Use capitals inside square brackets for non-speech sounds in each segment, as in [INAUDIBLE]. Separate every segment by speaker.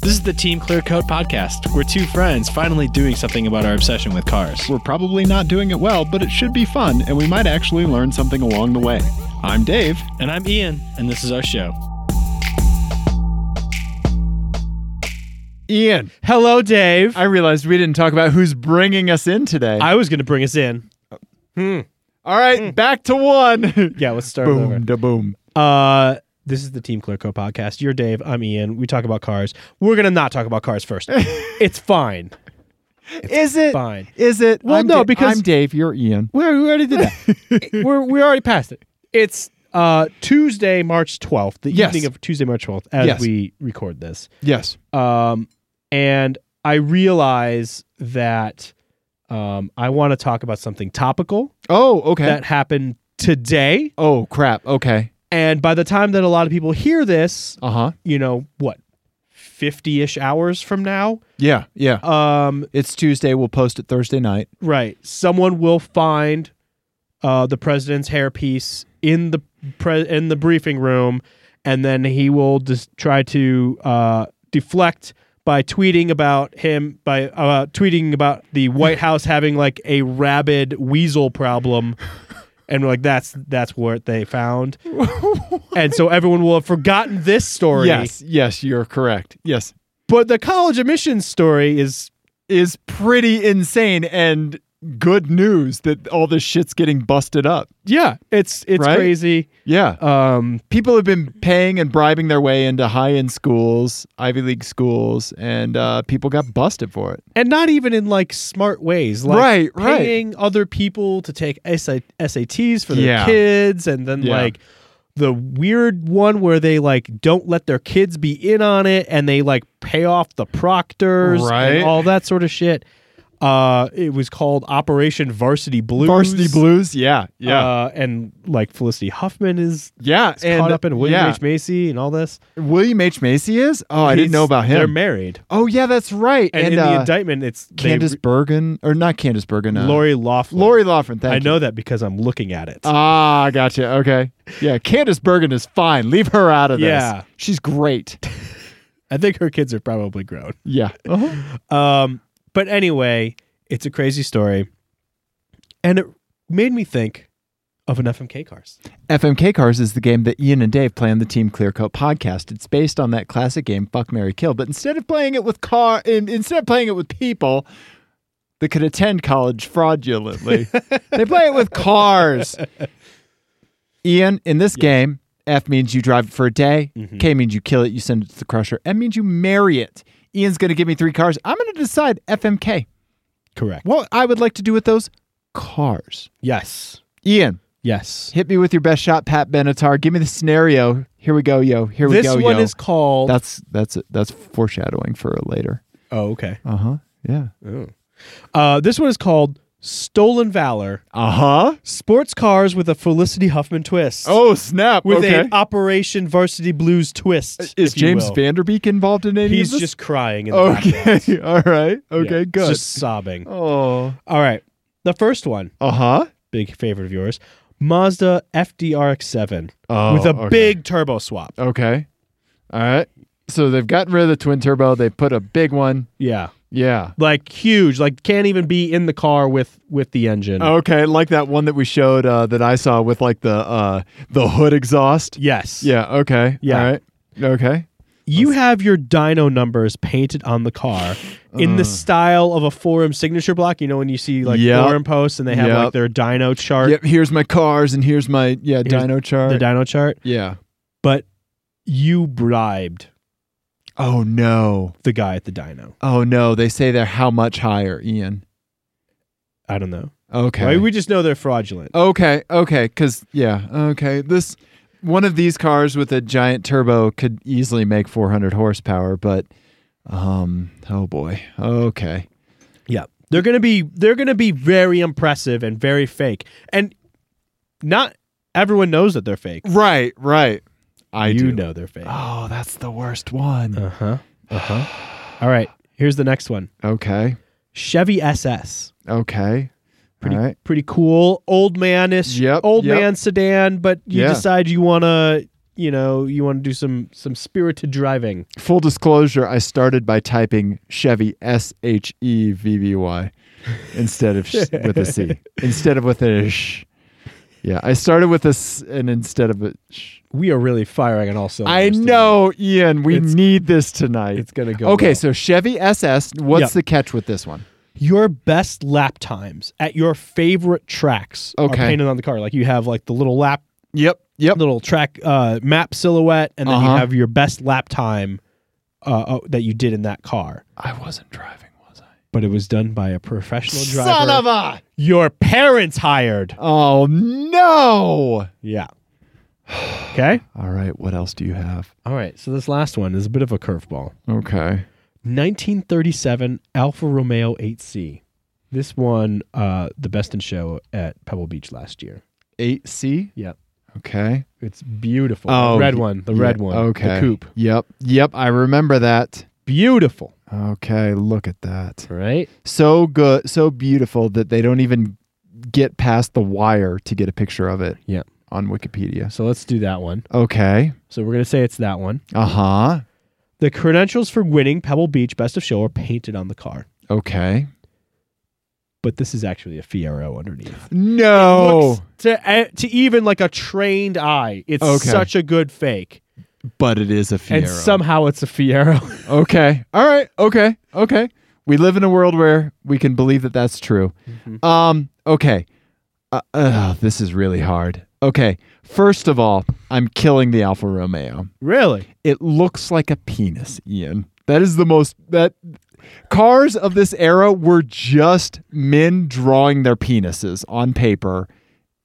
Speaker 1: This is the Team Clear Coat podcast. We're two friends finally doing something about our obsession with cars.
Speaker 2: We're probably not doing it well, but it should be fun, and we might actually learn something along the way. I'm Dave.
Speaker 1: And I'm Ian, and this is our show.
Speaker 2: Ian,
Speaker 3: Hello, Dave.
Speaker 2: I realized we didn't talk about who's bringing us in today.
Speaker 3: I was going to bring us in.
Speaker 2: All right,
Speaker 3: Mm.
Speaker 2: back to one. [LAUGHS]
Speaker 3: Yeah, let's start over.
Speaker 2: boom, da boom.
Speaker 3: Uh, this is the Team Clear Co podcast. You're Dave. I'm Ian. We talk about cars. We're going to not talk about cars
Speaker 2: [LAUGHS]
Speaker 3: first. it's fine.
Speaker 2: is it?
Speaker 3: fine.
Speaker 2: Is it?
Speaker 3: Well,
Speaker 2: I'm
Speaker 3: no,
Speaker 2: Da-
Speaker 3: because-
Speaker 2: I'm Dave. You're
Speaker 3: [LAUGHS]
Speaker 2: Ian.
Speaker 3: We already, we already did that.
Speaker 2: [LAUGHS]
Speaker 3: we're, we're already past it. It's uh, Tuesday, March 12th, the
Speaker 2: Yes.
Speaker 3: evening of Tuesday, March 12th, as
Speaker 2: Yes.
Speaker 3: we record this.
Speaker 2: Yes.
Speaker 3: Um, and I realize that um, I want to talk about something topical
Speaker 2: Oh, okay.
Speaker 3: that happened today.
Speaker 2: oh, crap. Okay.
Speaker 3: And by the time that a lot of people hear this,
Speaker 2: Uh huh.
Speaker 3: you know, what, 50 ish hours from now?
Speaker 2: Yeah. Yeah.
Speaker 3: Um,
Speaker 2: it's Tuesday. We'll post it Thursday night.
Speaker 3: right. Someone will find uh, the president's hairpiece in the pre- in the briefing room, and then he will just try to uh, deflect by tweeting about him by uh, tweeting about the White House having like a rabid weasel problem, and like that's that's what
Speaker 2: [LAUGHS]
Speaker 3: they found, and so everyone will have forgotten this story.
Speaker 2: Yes. Yes, you're correct. Yes.
Speaker 3: but the college admissions story is
Speaker 2: Is pretty insane and good news that all this shit's getting busted up.
Speaker 3: yeah, it's it's
Speaker 2: Right?
Speaker 3: crazy.
Speaker 2: Yeah.
Speaker 3: Um,
Speaker 2: people have been paying and bribing their way into high-end schools, Ivy League schools, and uh, people got busted for it.
Speaker 3: and not even in like smart ways, like
Speaker 2: Right, right.
Speaker 3: paying other people to take SA- SATs for their
Speaker 2: Yeah.
Speaker 3: kids, and then
Speaker 2: Yeah.
Speaker 3: like the weird one where they like don't let their kids be in on it, and they like pay off the proctors,
Speaker 2: Right.
Speaker 3: and all that sort of shit. Uh, it was called Operation Varsity Blues.
Speaker 2: Varsity Blues, yeah, yeah,
Speaker 3: Uh, and like Felicity Huffman is
Speaker 2: yeah,
Speaker 3: is caught up in William
Speaker 2: yeah.
Speaker 3: H Macy and all this.
Speaker 2: William H Macy is. Oh, I didn't
Speaker 3: He's-
Speaker 2: know about
Speaker 3: They're
Speaker 2: him.
Speaker 3: married,
Speaker 2: oh, yeah, that's right.
Speaker 3: and,
Speaker 2: And,
Speaker 3: in the
Speaker 2: uh,
Speaker 3: indictment, it's they
Speaker 2: Candace Bergen, or not Candace Bergen, uh,
Speaker 3: Lori Laughlin.
Speaker 2: Lori Laughlin. Thank
Speaker 3: I
Speaker 2: you.
Speaker 3: know that because I'm looking at it.
Speaker 2: Ah, gotcha. Okay, yeah, Candace Bergen is fine. Leave her out of this.
Speaker 3: Yeah.
Speaker 2: she's great.
Speaker 3: I think her kids are probably grown.
Speaker 2: Yeah. Uh-huh.
Speaker 3: Um, but anyway, it's a crazy story, and it made me think of an FMK cars.
Speaker 2: FMK Cars is the game that Ian and Dave play on the Team Clearcoat podcast. It's based on that classic game Fuck Mary Kill, but instead of playing it with car in, instead of playing it with people that could attend college fraudulently, they play it with cars. Ian, in this game, F means you drive it for a day, K means you kill it, you send it to the crusher, M means you marry it. Ian's going to give me three cars. I'm going to decide FMK
Speaker 3: Correct.
Speaker 2: what I would like to do with those cars.
Speaker 3: Yes.
Speaker 2: Ian,
Speaker 3: Yes.
Speaker 2: Hit me with your best shot, Pat Benatar. Give me the scenario. Here we go, yo. Here we
Speaker 3: This
Speaker 2: go,
Speaker 3: one
Speaker 2: yo.
Speaker 3: is called.
Speaker 2: that's that's that's foreshadowing for later.
Speaker 3: oh, okay.
Speaker 2: Uh huh. Yeah.
Speaker 3: Uh, this one is called Stolen Valor:
Speaker 2: Uh huh.
Speaker 3: Sports Cars with a Felicity Huffman twist.
Speaker 2: Oh snap.
Speaker 3: with an Operation Varsity Blues twist.
Speaker 2: Uh, is
Speaker 3: if you
Speaker 2: James
Speaker 3: will.
Speaker 2: Vanderbeek involved in any
Speaker 3: He's
Speaker 2: of this?
Speaker 3: just crying. In the
Speaker 2: [LAUGHS]
Speaker 3: background.
Speaker 2: okay. [LAUGHS] All right. Oh, Okay.
Speaker 3: Yeah,
Speaker 2: good.
Speaker 3: Just sobbing.
Speaker 2: oh.
Speaker 3: All right. The first one,
Speaker 2: Uh huh.
Speaker 3: big favorite of yours, Mazda FDRX7
Speaker 2: Oh,
Speaker 3: with a
Speaker 2: okay.
Speaker 3: big turbo swap.
Speaker 2: Okay. All right. So they've gotten rid of the twin turbo. They put a big one.
Speaker 3: Yeah.
Speaker 2: Yeah.
Speaker 3: Like huge, like can't even be in the car with with the engine.
Speaker 2: Okay. Like that one that we showed uh, that I saw with like the uh, the hood exhaust.
Speaker 3: Yes.
Speaker 2: Yeah. Okay.
Speaker 3: Yeah.
Speaker 2: All right. Okay.
Speaker 3: You have your dyno numbers painted on the car in the style of a forum signature block. You know when you see like
Speaker 2: Uh. Yep.
Speaker 3: forum posts and they have
Speaker 2: Yep.
Speaker 3: like their dyno chart,
Speaker 2: Yep. Here's my cars, and here's my yeah
Speaker 3: Here's
Speaker 2: dyno chart.
Speaker 3: the dyno chart,
Speaker 2: yeah.
Speaker 3: but you bribed
Speaker 2: Oh no.
Speaker 3: the guy at the dyno.
Speaker 2: Oh no. They say they're how much higher, Ian?
Speaker 3: I don't know.
Speaker 2: Okay.
Speaker 3: Well, we just know they're fraudulent.
Speaker 2: okay. Okay. Because yeah. Okay. This one of these cars with a giant turbo could easily make 400 horsepower, but um. Oh boy. Okay.
Speaker 3: Yeah. They're going to be they're going to be very impressive and very fake. And not everyone knows that they're fake.
Speaker 2: Right. Right. I
Speaker 3: you
Speaker 2: do
Speaker 3: know they're fake.
Speaker 2: Oh, that's the worst one.
Speaker 3: Uh-huh. Uh-huh. [SIGHS] All right. Here's the next one.
Speaker 2: Okay.
Speaker 3: Chevy SS.
Speaker 2: Okay.
Speaker 3: Pretty
Speaker 2: All right.
Speaker 3: pretty cool. Old manish.
Speaker 2: Yep,
Speaker 3: Old
Speaker 2: yep.
Speaker 3: man sedan, but you
Speaker 2: Yeah.
Speaker 3: decide you want to, you know you want to do some some spirited driving.
Speaker 2: Full disclosure, I started by typing Chevy S H E V V Y instead of sh- with a [LAUGHS] C. Instead of with a sh. Yeah, I started with a s and instead of a sh.
Speaker 3: We are really firing on all cylinders.
Speaker 2: I
Speaker 3: today.
Speaker 2: know, Ian, we
Speaker 3: It's-
Speaker 2: need this tonight.
Speaker 3: it's gonna go.
Speaker 2: okay,
Speaker 3: well.
Speaker 2: so Chevy SS, what's
Speaker 3: Yeah.
Speaker 2: the catch with this one?
Speaker 3: your best lap times at your favorite tracks are
Speaker 2: Okay.
Speaker 3: painted on the car. Like you have like the little lap,
Speaker 2: Yep, yep.
Speaker 3: little track uh, map silhouette, and then you
Speaker 2: Uh-huh.
Speaker 3: have your best lap time uh, uh, that you did in that car.
Speaker 2: I wasn't driving, was I?
Speaker 3: But it was done by a professional driver.
Speaker 2: Son of a
Speaker 3: your parents hired.
Speaker 2: Oh no. [SIGHS]
Speaker 3: Yeah. Okay.
Speaker 2: All right, what else do you have?
Speaker 3: All right. So this last one is a bit of a curveball.
Speaker 2: Okay.
Speaker 3: 1937 Alfa Romeo 8C. This won uh, the best in show at Pebble Beach last year.
Speaker 2: 8C?
Speaker 3: Yep.
Speaker 2: Okay.
Speaker 3: It's beautiful.
Speaker 2: Oh,
Speaker 3: the red
Speaker 2: y-
Speaker 3: one. The red
Speaker 2: Yeah,
Speaker 3: one.
Speaker 2: Okay.
Speaker 3: The coupe.
Speaker 2: Yep. Yep, I remember that.
Speaker 3: Beautiful.
Speaker 2: Okay, look at that.
Speaker 3: Right?
Speaker 2: So good, so beautiful that they don't even get past the wire to get a picture of it.
Speaker 3: Yep.
Speaker 2: On Wikipedia.
Speaker 3: So let's do that one.
Speaker 2: Okay.
Speaker 3: So we're going to say it's that one.
Speaker 2: Uh-huh.
Speaker 3: The credentials for winning Pebble Beach Best of Show are painted on the car,
Speaker 2: Okay.
Speaker 3: but this is actually a Fiero underneath.
Speaker 2: No.
Speaker 3: Looks to, uh, to even like a trained eye, it's
Speaker 2: Okay.
Speaker 3: such a good fake.
Speaker 2: but it is a Fiero.
Speaker 3: And somehow it's a Fiero. [LAUGHS]
Speaker 2: okay. All right. Okay. Okay. We live in a world where we can believe that that's true. Um. Okay. Uh, ugh, this is really hard. Okay. First of all, I'm killing the Alfa Romeo.
Speaker 3: really?
Speaker 2: It looks like a penis, Ian. That is the most that cars of this era were just men drawing their penises on paper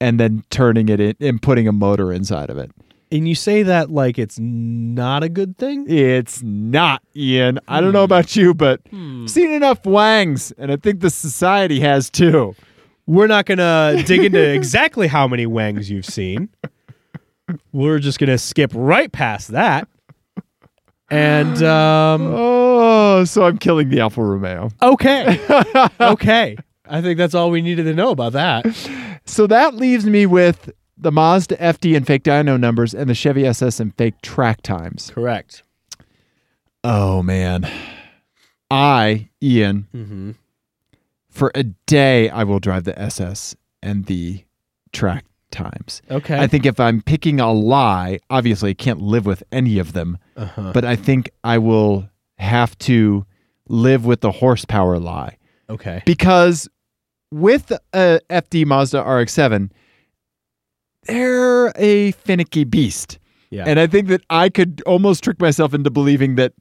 Speaker 2: and then turning it in and putting a motor inside of it.
Speaker 3: And you say that like it's not a good thing?
Speaker 2: It's not, Ian. I don't know about you, but I've seen enough wangs, and I think the society has too.
Speaker 3: We're not going [LAUGHS] to dig into exactly how many wangs you've seen. We're just going to skip right past that. And um
Speaker 2: Oh, so I'm killing the Alfa Romeo.
Speaker 3: [LAUGHS]
Speaker 2: [LAUGHS]
Speaker 3: okay. [LAUGHS] Okay. I think that's all we needed to know about that.
Speaker 2: So that leaves me with the Mazda FD and fake dyno numbers and the Chevy SS and fake track times.
Speaker 3: Correct.
Speaker 2: Oh, man. I, Ian,
Speaker 3: Mhm.
Speaker 2: for a day, I will drive the SS and the track times.
Speaker 3: Okay.
Speaker 2: I think if I'm picking a lie, obviously I can't live with any of them.
Speaker 3: uh-huh.
Speaker 2: but I think I will have to live with the horsepower lie
Speaker 3: Okay.
Speaker 2: because with a FD Mazda RX-7, they're a finicky beast,
Speaker 3: Yeah.
Speaker 2: and I think that I could almost trick myself into believing that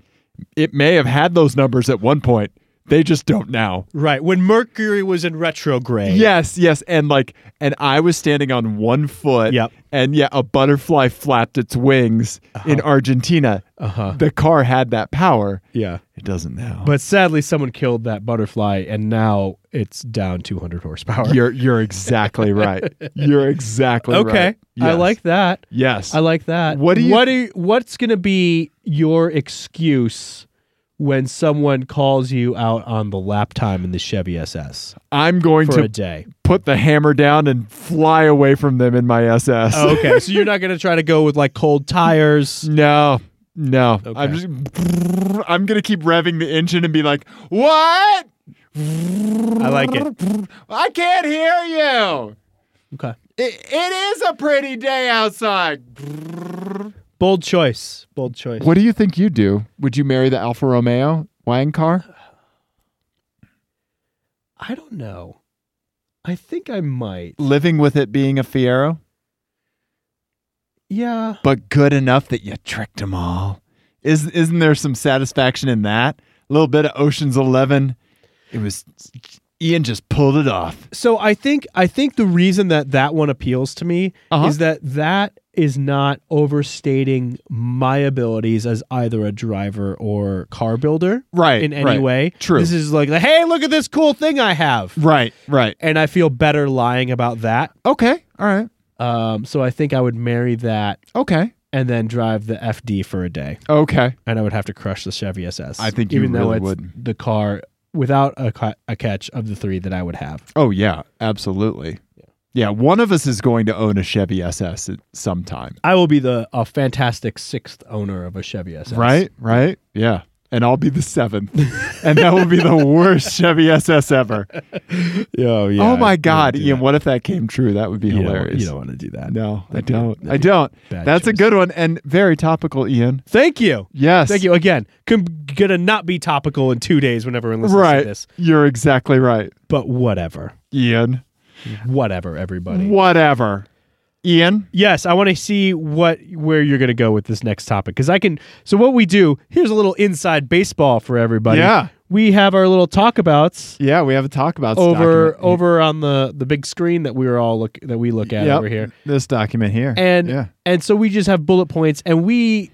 Speaker 2: it may have had those numbers at one point. They just don't now.
Speaker 3: right. When Mercury was in retrograde.
Speaker 2: Yes, yes, and like, and I was standing on one foot.
Speaker 3: Yep.
Speaker 2: And yeah, a butterfly flapped its wings in Argentina.
Speaker 3: Uh-huh.
Speaker 2: The car had that power.
Speaker 3: Yeah.
Speaker 2: It doesn't now.
Speaker 3: But sadly, someone killed that butterfly, and now it's down 200 horsepower.
Speaker 2: You're you're exactly right. You're exactly right.
Speaker 3: [LAUGHS] okay, I
Speaker 2: Yes.
Speaker 3: like that.
Speaker 2: yes.
Speaker 3: I like that.
Speaker 2: What do you-
Speaker 3: What do? you- what's going to be your excuse when someone calls you out on the lap time in the Chevy SS
Speaker 2: I'm going
Speaker 3: for a
Speaker 2: to [LAUGHS]
Speaker 3: day?
Speaker 2: put the hammer down and fly away from them in my SS.
Speaker 3: Oh, okay, so you're not going to try to go with like cold tires.
Speaker 2: [LAUGHS] No. No. I'm
Speaker 3: Okay.
Speaker 2: just [LAUGHS] I'm gonna keep revving the engine and be like, What?
Speaker 3: I like it.
Speaker 2: [LAUGHS] I can't hear you. Mm.
Speaker 3: Okay,
Speaker 2: It, it is a pretty day outside.
Speaker 3: bold choice. Bold choice.
Speaker 2: What do you think you do? Would you marry the Alfa Romeo Wang car?
Speaker 3: I don't know. I think I might.
Speaker 2: Living with it being a Fiero?
Speaker 3: Yeah.
Speaker 2: but good enough that you tricked them all. Is isn't there some satisfaction in that? A little bit of Ocean's Eleven. It was Ian just pulled it off.
Speaker 3: so I think I think the reason that that one appeals to me
Speaker 2: Uh-huh.
Speaker 3: is that that is not overstating my abilities as either a driver or car builder
Speaker 2: Right
Speaker 3: in any
Speaker 2: right.
Speaker 3: way.
Speaker 2: True.
Speaker 3: This is like, hey, look at this cool thing I have,
Speaker 2: Right, right.
Speaker 3: and I feel better lying about that.
Speaker 2: Okay, all right.
Speaker 3: Um, so I think I would marry that
Speaker 2: Okay,
Speaker 3: and then drive the FD for a day,
Speaker 2: okay.
Speaker 3: and I would have to crush the Chevy SS.
Speaker 2: I think you
Speaker 3: even though
Speaker 2: really
Speaker 3: it's
Speaker 2: would.
Speaker 3: the car without a, ca- a catch of the three that I would have.
Speaker 2: Oh yeah, absolutely. Yeah, one of us is going to own a Chevy SS at some time.
Speaker 4: I will be the a fantastic sixth owner of a Chevy SS.
Speaker 2: Right? Right? Yeah. And I'll be the [LAUGHS] seventh. and that will be the worst Chevy SS ever.
Speaker 4: Oh yeah.
Speaker 2: oh my
Speaker 4: you don't
Speaker 2: God,
Speaker 4: do
Speaker 2: Ian,
Speaker 4: that.
Speaker 2: what if that came true? That would be
Speaker 4: You don't-
Speaker 2: hilarious.
Speaker 4: You don't want to do that.
Speaker 2: no, I
Speaker 4: That'd be a-
Speaker 2: don't.
Speaker 4: that'd be
Speaker 2: I
Speaker 4: a
Speaker 2: don't.
Speaker 4: bad
Speaker 2: That's a
Speaker 4: choice.
Speaker 2: good one and very topical, Ian.
Speaker 3: Thank you.
Speaker 2: Yes.
Speaker 3: Thank you again. Com- gonna not be topical in two days when everyone listens
Speaker 2: Right.
Speaker 3: to this,
Speaker 2: You're exactly right,
Speaker 3: but whatever,
Speaker 2: Ian.
Speaker 3: whatever, everybody.
Speaker 2: Whatever. Ian,
Speaker 3: Yes, I want to see what where you're gonna go with this next topic because I can. So what we do here's a little inside baseball for everybody.
Speaker 2: Yeah.
Speaker 3: we have our little talkabouts
Speaker 2: yeah, we have a talk about
Speaker 3: over
Speaker 2: document.
Speaker 3: over on the the big screen that we are all look that we look at
Speaker 2: Yep,
Speaker 3: over here,
Speaker 2: This document here.
Speaker 3: and
Speaker 2: yeah.
Speaker 3: and so we just have bullet points, and we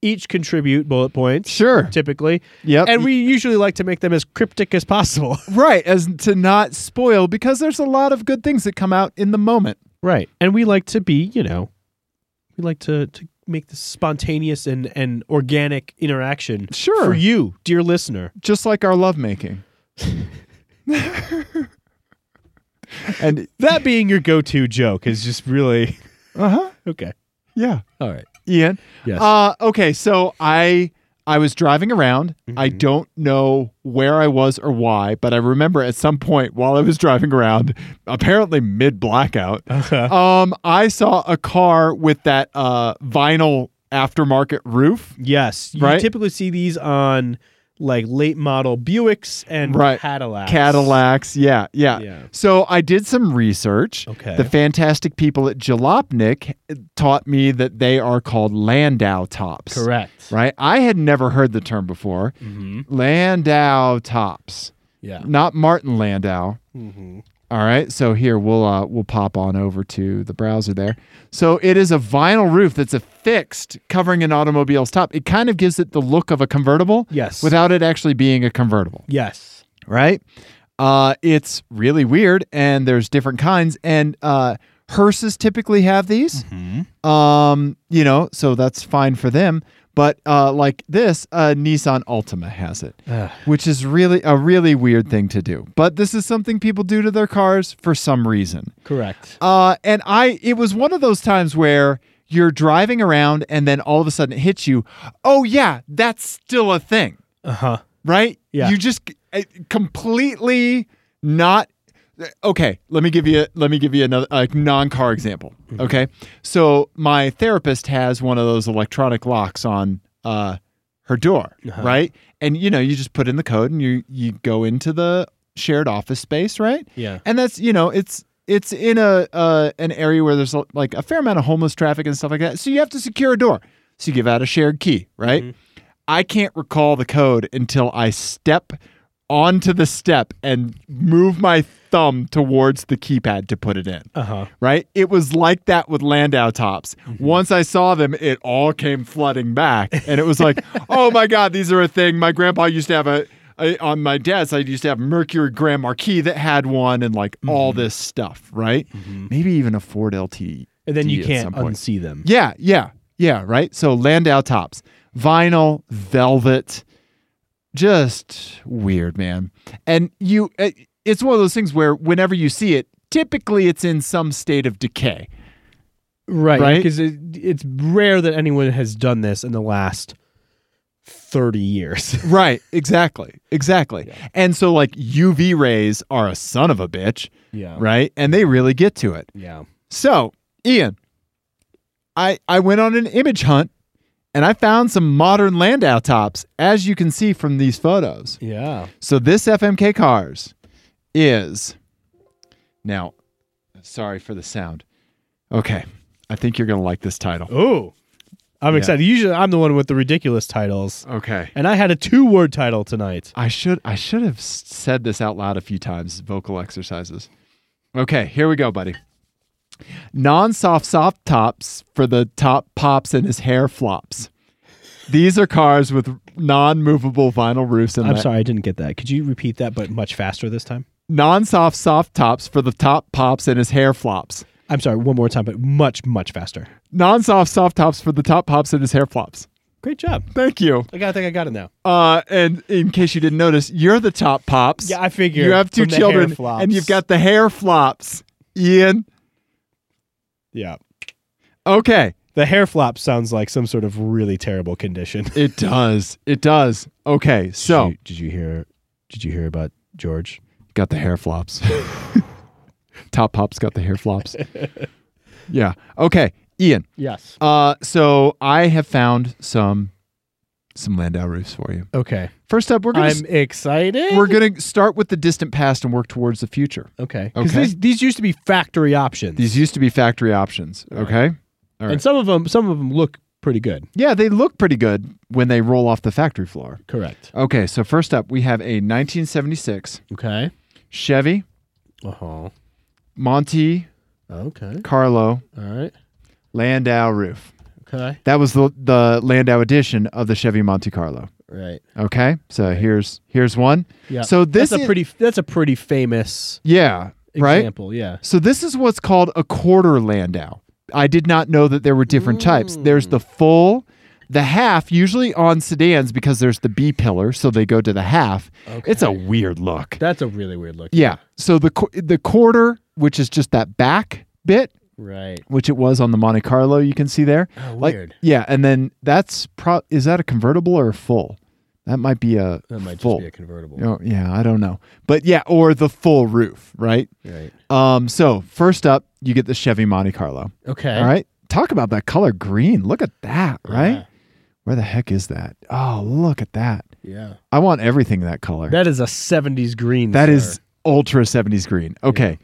Speaker 3: each contribute bullet points.
Speaker 2: Sure.
Speaker 3: typically.
Speaker 2: Yep.
Speaker 3: And we usually like to make them as cryptic as possible. [LAUGHS]
Speaker 2: Right, as to not spoil because there's a lot of good things that come out in the moment.
Speaker 3: Right. And we like to be, you know, we like to, to make this spontaneous and, and organic interaction.
Speaker 2: Sure.
Speaker 3: For you, dear listener.
Speaker 2: Just like our lovemaking. and
Speaker 3: That being your go to joke is just really
Speaker 2: uh-huh.
Speaker 3: [LAUGHS] Okay.
Speaker 2: Yeah.
Speaker 4: All right.
Speaker 2: Ian.
Speaker 4: Yes.
Speaker 2: Uh okay, so I I was driving around. I
Speaker 3: Mhm.
Speaker 2: don't know where I was or why, but I remember at some point while I was driving around, apparently mid blackout, um, I saw a car with that uh vinyl aftermarket roof.
Speaker 3: Yes. You
Speaker 2: Right.
Speaker 3: typically see these on like late model Buicks and
Speaker 2: Right.
Speaker 3: Cadillacs.
Speaker 2: Cadillacs, yeah, yeah,
Speaker 3: Yeah.
Speaker 2: So I did some research.
Speaker 3: Okay.
Speaker 2: The fantastic people at Jalopnik taught me that they are called Landau tops.
Speaker 4: Correct.
Speaker 2: Right? I had never heard the term before.
Speaker 4: Mm-hmm.
Speaker 2: Landau tops.
Speaker 4: Yeah.
Speaker 2: Not Martin Landau.
Speaker 3: Mhm.
Speaker 2: All right. So here we'll uh, we'll pop on over to the browser there. So it is a vinyl roof that's affixed covering an automobile's top. It kind of gives it the look of a convertible
Speaker 3: Yes.
Speaker 2: without it actually being a convertible
Speaker 3: yes.
Speaker 2: right? Uh, it's really weird, and there's different kinds, and uh, hearses typically have these. Um, you know, so that's fine for them. But uh, like this, uh, Nissan Altima has it,
Speaker 3: Ugh.
Speaker 2: which is really a really weird thing to do. But this is something people do to their cars for some reason.
Speaker 4: Correct.
Speaker 2: Uh, and I, it was one of those times where you're driving around, and then all of a sudden it hits you. Oh yeah, that's still a thing
Speaker 3: Uh huh.
Speaker 2: right?
Speaker 3: Yeah.
Speaker 2: You just uh, completely not okay. Let me give you let me give you another like non-car example. Okay, so my therapist has one of those electronic locks on uh, her door, right? And you know, you just put in the code and you you go into the shared office space, right?
Speaker 4: Yeah.
Speaker 2: And that's you know, it's it's in a uh, an area where there's like a fair amount of homeless traffic and stuff like that. So you have to secure a door. So you give out a shared key, right? I can't recall the code until I step onto the step and move my thumb towards the keypad to put it in.
Speaker 3: Uh huh.
Speaker 2: Right? It was like that with Landau tops. Once I saw them, it all came flooding back. And it was like, oh my God, these are a thing. My grandpa used to have a, a- on my desk, I used to have Mercury Grand Marquis that had one and like all this stuff, right? Maybe even a Ford LT.
Speaker 3: And then you
Speaker 2: at
Speaker 3: can't
Speaker 2: some point.
Speaker 3: unsee them.
Speaker 2: Yeah, yeah, yeah, right? So Landau tops, vinyl, velvet, just weird, man. And you, uh, it's one of those things where whenever you see it, typically it's in some state of decay.
Speaker 3: right
Speaker 2: Right?
Speaker 3: because it, it's rare that anyone has done this in the last 30 years [LAUGHS]
Speaker 2: Right, exactly, exactly. And so, like, UV rays are a son of a bitch,
Speaker 4: Yeah.
Speaker 2: right? And they really get to it.
Speaker 4: Yeah.
Speaker 2: So, Ian, I I went on an image hunt and I found some modern Landau tops, as you can see from these photos.
Speaker 4: Yeah.
Speaker 2: So this FMK cars is now. Sorry for the sound. Okay, I think you're gonna like this title.
Speaker 3: oh i'm
Speaker 2: Yeah.
Speaker 3: excited usually i'm the one with the ridiculous titles
Speaker 2: Okay,
Speaker 3: and i had a two word title tonight
Speaker 2: I should I should have s- said this out loud a few times. Vocal exercises. Okay, here we go, buddy. Non-soft soft tops for the top pops and his hair flops. These are cars with non-movable vinyl roofs and
Speaker 3: i'm
Speaker 2: la-
Speaker 3: sorry i didn't get that could you repeat that but much faster this time
Speaker 2: non-soft soft tops for the top pops and his hair flops.
Speaker 3: i'm sorry one more time but much much faster
Speaker 2: non-soft soft tops for the top pops and his hair flops.
Speaker 3: great job
Speaker 2: Thank you.
Speaker 3: i gotta think i got it now
Speaker 2: Uh, and in case you didn't notice, you're the top pops.
Speaker 3: yeah i figure
Speaker 2: you have two
Speaker 3: from the hair
Speaker 2: children,
Speaker 3: flops.
Speaker 2: and you've got the hair flops. Ian,
Speaker 3: Yeah.
Speaker 2: Okay.
Speaker 3: The hair flop sounds like some sort of really terrible condition.
Speaker 2: It does. It does. Okay. [LAUGHS] So
Speaker 4: did you, did you hear? Did you hear about George?
Speaker 2: got the hair flops. [LAUGHS] Top pop's got the hair flops. [LAUGHS] yeah. Okay. Ian.
Speaker 4: Yes.
Speaker 2: Uh, so I have found some some Landau roofs for you.
Speaker 4: Okay.
Speaker 2: First up, we're gonna
Speaker 4: I'm excited.
Speaker 2: we're gonna start with the distant past and work towards the future.
Speaker 4: okay. Because
Speaker 2: Okay.
Speaker 4: these, these used to be factory options.
Speaker 2: These used to be factory options. Okay. all right.
Speaker 4: and some of them some of them look pretty good.
Speaker 2: Yeah, they look pretty good when they roll off the factory floor.
Speaker 4: Correct.
Speaker 2: Okay, so first up, we have a 1976
Speaker 4: Okay.
Speaker 2: Chevy
Speaker 4: Uh
Speaker 2: Uh-huh.
Speaker 4: huh.
Speaker 2: Monte
Speaker 4: Okay.
Speaker 2: Carlo
Speaker 4: All right.
Speaker 2: Landau roof.
Speaker 4: Okay.
Speaker 2: That was the the Landau edition of the Chevy Monte Carlo.
Speaker 4: Right.
Speaker 2: Okay, so here's here's one.
Speaker 4: Yeah.
Speaker 2: So this
Speaker 4: that's a
Speaker 2: is-
Speaker 4: pretty that's a pretty famous
Speaker 2: yeah right.
Speaker 4: example. Yeah.
Speaker 2: So this is what's called a quarter Landau. I did not know that there were different types. There's the
Speaker 4: Mm.
Speaker 2: full, the half, usually on sedans because there's the B pillar, so they go to the half. It's a weird look.
Speaker 4: That's a really weird look.
Speaker 2: Yeah. So the qu- the quarter, which is just that back bit,
Speaker 4: Right.
Speaker 2: which it was on the Monte Carlo, you can see there.
Speaker 4: Oh,
Speaker 2: Like-
Speaker 4: weird.
Speaker 2: Yeah, and then that's pro. Is that a convertible or a full? That might be a
Speaker 4: That might
Speaker 2: full.
Speaker 4: just be a convertible.
Speaker 2: Oh, yeah, I don't know, but yeah, or the full roof, right?
Speaker 4: Right.
Speaker 2: Um. So first up, you get the Chevy Monte Carlo.
Speaker 4: Okay.
Speaker 2: All right. Talk about that color green. Look at that, right?
Speaker 4: Yeah.
Speaker 2: Where the heck is that? Oh, look at that.
Speaker 4: Yeah.
Speaker 2: I want everything that color.
Speaker 4: That is a 70s green.
Speaker 2: That
Speaker 4: sir.
Speaker 2: is ultra 70s green. Okay.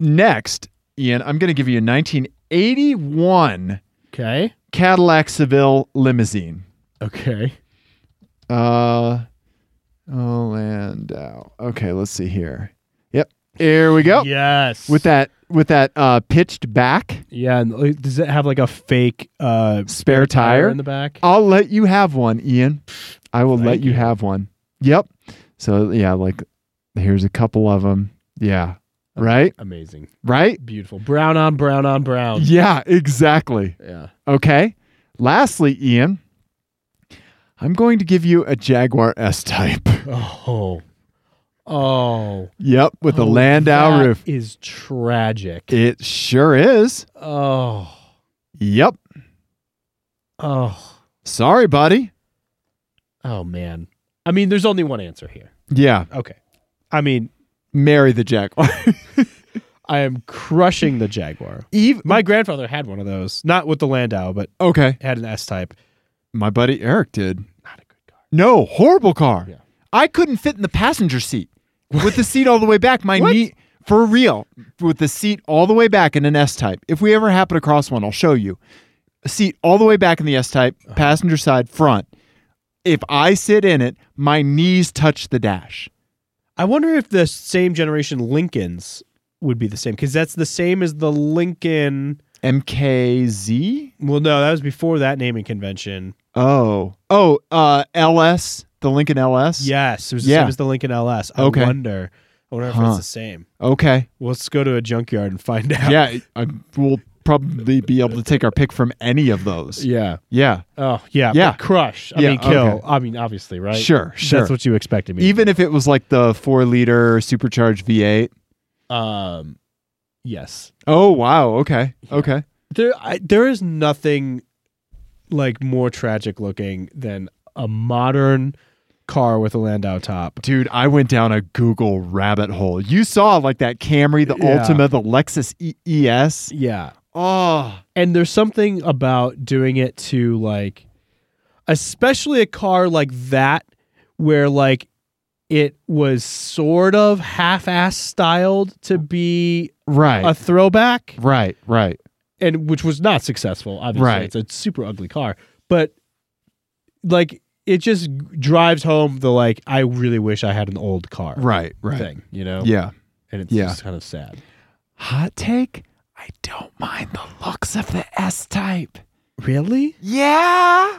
Speaker 2: Next, Ian, I'm going to give you a 1981
Speaker 4: Okay.
Speaker 2: Cadillac Seville limousine.
Speaker 4: Okay.
Speaker 2: Uh oh, Landau. Okay, let's see here. Yep. Here we go.
Speaker 4: Yes.
Speaker 2: Oh. With that with that uh pitched back
Speaker 4: Yeah. And like, does it have like a fake uh
Speaker 2: spare tire. Oh.
Speaker 4: in the back?
Speaker 2: I'll let you have one, Ian. I will let
Speaker 4: Thank
Speaker 2: you
Speaker 4: you.
Speaker 2: have one. Yep. So yeah, like here's a couple of them. Yeah. Right?
Speaker 4: Amazing.
Speaker 2: Right?
Speaker 4: Beautiful. Brown on brown on brown.
Speaker 2: Yeah, exactly.
Speaker 4: Yeah.
Speaker 2: Okay. Lastly, Ian, I'm going to give you a Jaguar S type.
Speaker 4: Oh. Oh.
Speaker 2: Yep, with a
Speaker 4: Oh,
Speaker 2: Landau
Speaker 4: that
Speaker 2: roof.
Speaker 4: is tragic.
Speaker 2: It sure is.
Speaker 4: oh.
Speaker 2: Yep.
Speaker 4: Oh.
Speaker 2: Sorry, buddy.
Speaker 4: Oh man. I mean, there's only one answer here.
Speaker 2: Yeah.
Speaker 3: Okay. I mean,
Speaker 2: Marry the
Speaker 3: [LAUGHS]
Speaker 2: Jaguar.
Speaker 3: I am crushing the Jaguar.
Speaker 2: Eve
Speaker 3: My grandfather had one of those, not with the Landau, but
Speaker 2: Okay.
Speaker 3: had an S type.
Speaker 2: My buddy Eric did.
Speaker 3: Not a good car.
Speaker 2: No, horrible car.
Speaker 4: Yeah.
Speaker 2: I couldn't fit in the passenger seat with the seat all the way back. My
Speaker 3: What?
Speaker 2: knee, for real, with the seat all the way back in an S type. If we ever happen across one, I'll show you. A seat all the way back in the S type,
Speaker 3: Uh-huh.
Speaker 2: passenger side, front. If I sit in it, my knees touch the dash.
Speaker 3: I wonder if the same generation Lincolns would be the same because that's the same as the Lincoln.
Speaker 2: MKZ?
Speaker 3: Well, no, that was before that naming convention.
Speaker 2: Oh. Oh, uh, LS, the Lincoln LS?
Speaker 3: Yes, it was the
Speaker 2: Yeah.
Speaker 3: same as the Lincoln LS. I
Speaker 2: Okay.
Speaker 3: wonder. I wonder if
Speaker 2: Huh.
Speaker 3: it's the same.
Speaker 2: Okay.
Speaker 3: Well, let's go to a junkyard and find out.
Speaker 2: Yeah, I, we'll probably be able to take our pick from any of those.
Speaker 4: Yeah.
Speaker 2: Yeah.
Speaker 4: Oh yeah.
Speaker 2: Yeah.
Speaker 4: but Crush. I
Speaker 2: Yeah,
Speaker 4: mean, kill.
Speaker 2: okay.
Speaker 4: I mean, obviously, right?
Speaker 2: Sure, sure.
Speaker 4: That's what you expected me. to
Speaker 2: Even if it was like the four liter supercharged V8.
Speaker 4: do. Um. Yes.
Speaker 2: Oh wow. Okay. Okay.
Speaker 3: There, I, there is nothing like more tragic looking than a modern car with a Landau top.
Speaker 2: Dude, I went down a Google rabbit hole. You saw like that Camry, the
Speaker 3: Yeah.
Speaker 2: Ultima, the Lexus e- ES.
Speaker 4: Yeah.
Speaker 2: Oh,
Speaker 3: And there's something about doing it to like, especially a car like that, where like it was sort of half-ass styled to be
Speaker 2: right.
Speaker 3: a throwback.
Speaker 2: right, right.
Speaker 3: and which was not successful. Obviously,
Speaker 2: Right.
Speaker 3: it's a super ugly car, but like it just drives home the like I really wish I had an old car
Speaker 2: Right, right.
Speaker 3: thing, you know?
Speaker 2: Yeah.
Speaker 3: and it's
Speaker 2: yeah.
Speaker 3: just kind of sad.
Speaker 2: Hot take? I don't mind the looks of the S type.
Speaker 3: Really?
Speaker 2: Yeah.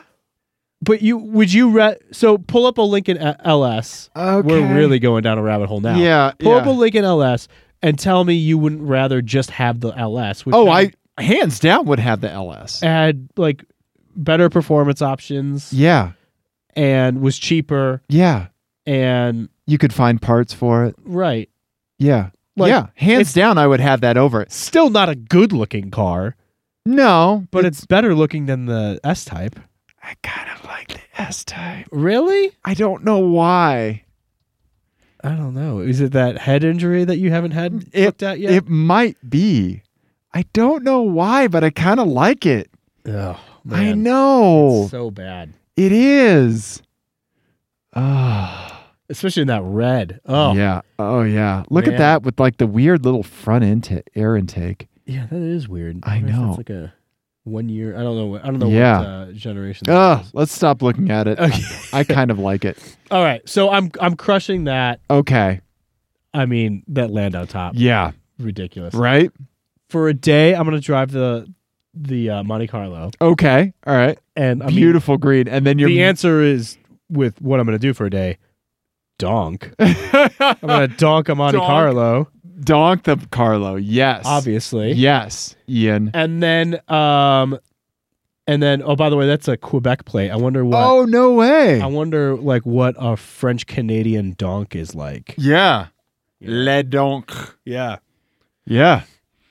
Speaker 3: But you would you re- so pull up a Lincoln uh, LS?
Speaker 2: Okay.
Speaker 3: We're really going down a rabbit hole now.
Speaker 2: Yeah.
Speaker 3: pull up a
Speaker 2: yeah.
Speaker 3: Lincoln LS and tell me you wouldn't rather just have the LS. Which
Speaker 2: Oh,
Speaker 3: had-
Speaker 2: I hands down would have the LS.
Speaker 3: had like better performance options
Speaker 2: Yeah.
Speaker 3: and was cheaper
Speaker 2: Yeah.
Speaker 3: and
Speaker 2: You could find parts for it.
Speaker 3: right
Speaker 2: Yeah.
Speaker 3: Like,
Speaker 2: yeah, hands
Speaker 3: it's-
Speaker 2: down, I would have that over it.
Speaker 3: Still not a good looking car,
Speaker 2: No,
Speaker 3: but it's better looking than the S Type.
Speaker 2: I kind of like the S type.
Speaker 3: Really?
Speaker 2: I don't know why.
Speaker 3: I don't know. Is it that head injury that you haven't had
Speaker 2: It-
Speaker 3: looked at yet?
Speaker 2: It might be. I don't know why, but I kind of like it.
Speaker 4: Oh,
Speaker 2: I know
Speaker 4: So bad.
Speaker 2: it is. Ah,
Speaker 4: Especially in that red. Oh.
Speaker 2: yeah. Oh, yeah. Look at
Speaker 4: Man.
Speaker 2: that with like the weird little front intake, air intake.
Speaker 4: Yeah, that is weird.
Speaker 2: I
Speaker 4: wonder if
Speaker 2: know.
Speaker 4: That's like a one year. I don't know. what- I don't know
Speaker 2: Yeah.
Speaker 4: what uh, generation. that
Speaker 2: Ugh,
Speaker 4: is.
Speaker 2: let's stop looking at it.
Speaker 4: Okay.
Speaker 2: I kind of like it.
Speaker 4: All right. So I'm I'm crushing that.
Speaker 2: Okay.
Speaker 4: I mean that land on top.
Speaker 2: Yeah.
Speaker 4: Ridiculous.
Speaker 2: Right.
Speaker 4: For a day, I'm gonna drive the the uh, Monte Carlo.
Speaker 2: Okay. All right.
Speaker 4: And I mean,
Speaker 2: Beautiful green. And then you're [LAUGHS]
Speaker 3: the answer is with what I'm going to do for a day.
Speaker 2: [LAUGHS]
Speaker 3: Donk. I'm [LAUGHS] going to donk a Monte
Speaker 2: Donk.
Speaker 3: Carlo,
Speaker 2: donk the Carlo. Yes.
Speaker 4: Obviously.
Speaker 2: Yes. Ian.
Speaker 4: And then um, and then oh by the way, that's a Quebec plate. I wonder what.
Speaker 2: Oh no way.
Speaker 4: I wonder like what a French Canadian donk is like.
Speaker 2: yeah. Le donk.
Speaker 3: Yeah.
Speaker 2: Yeah.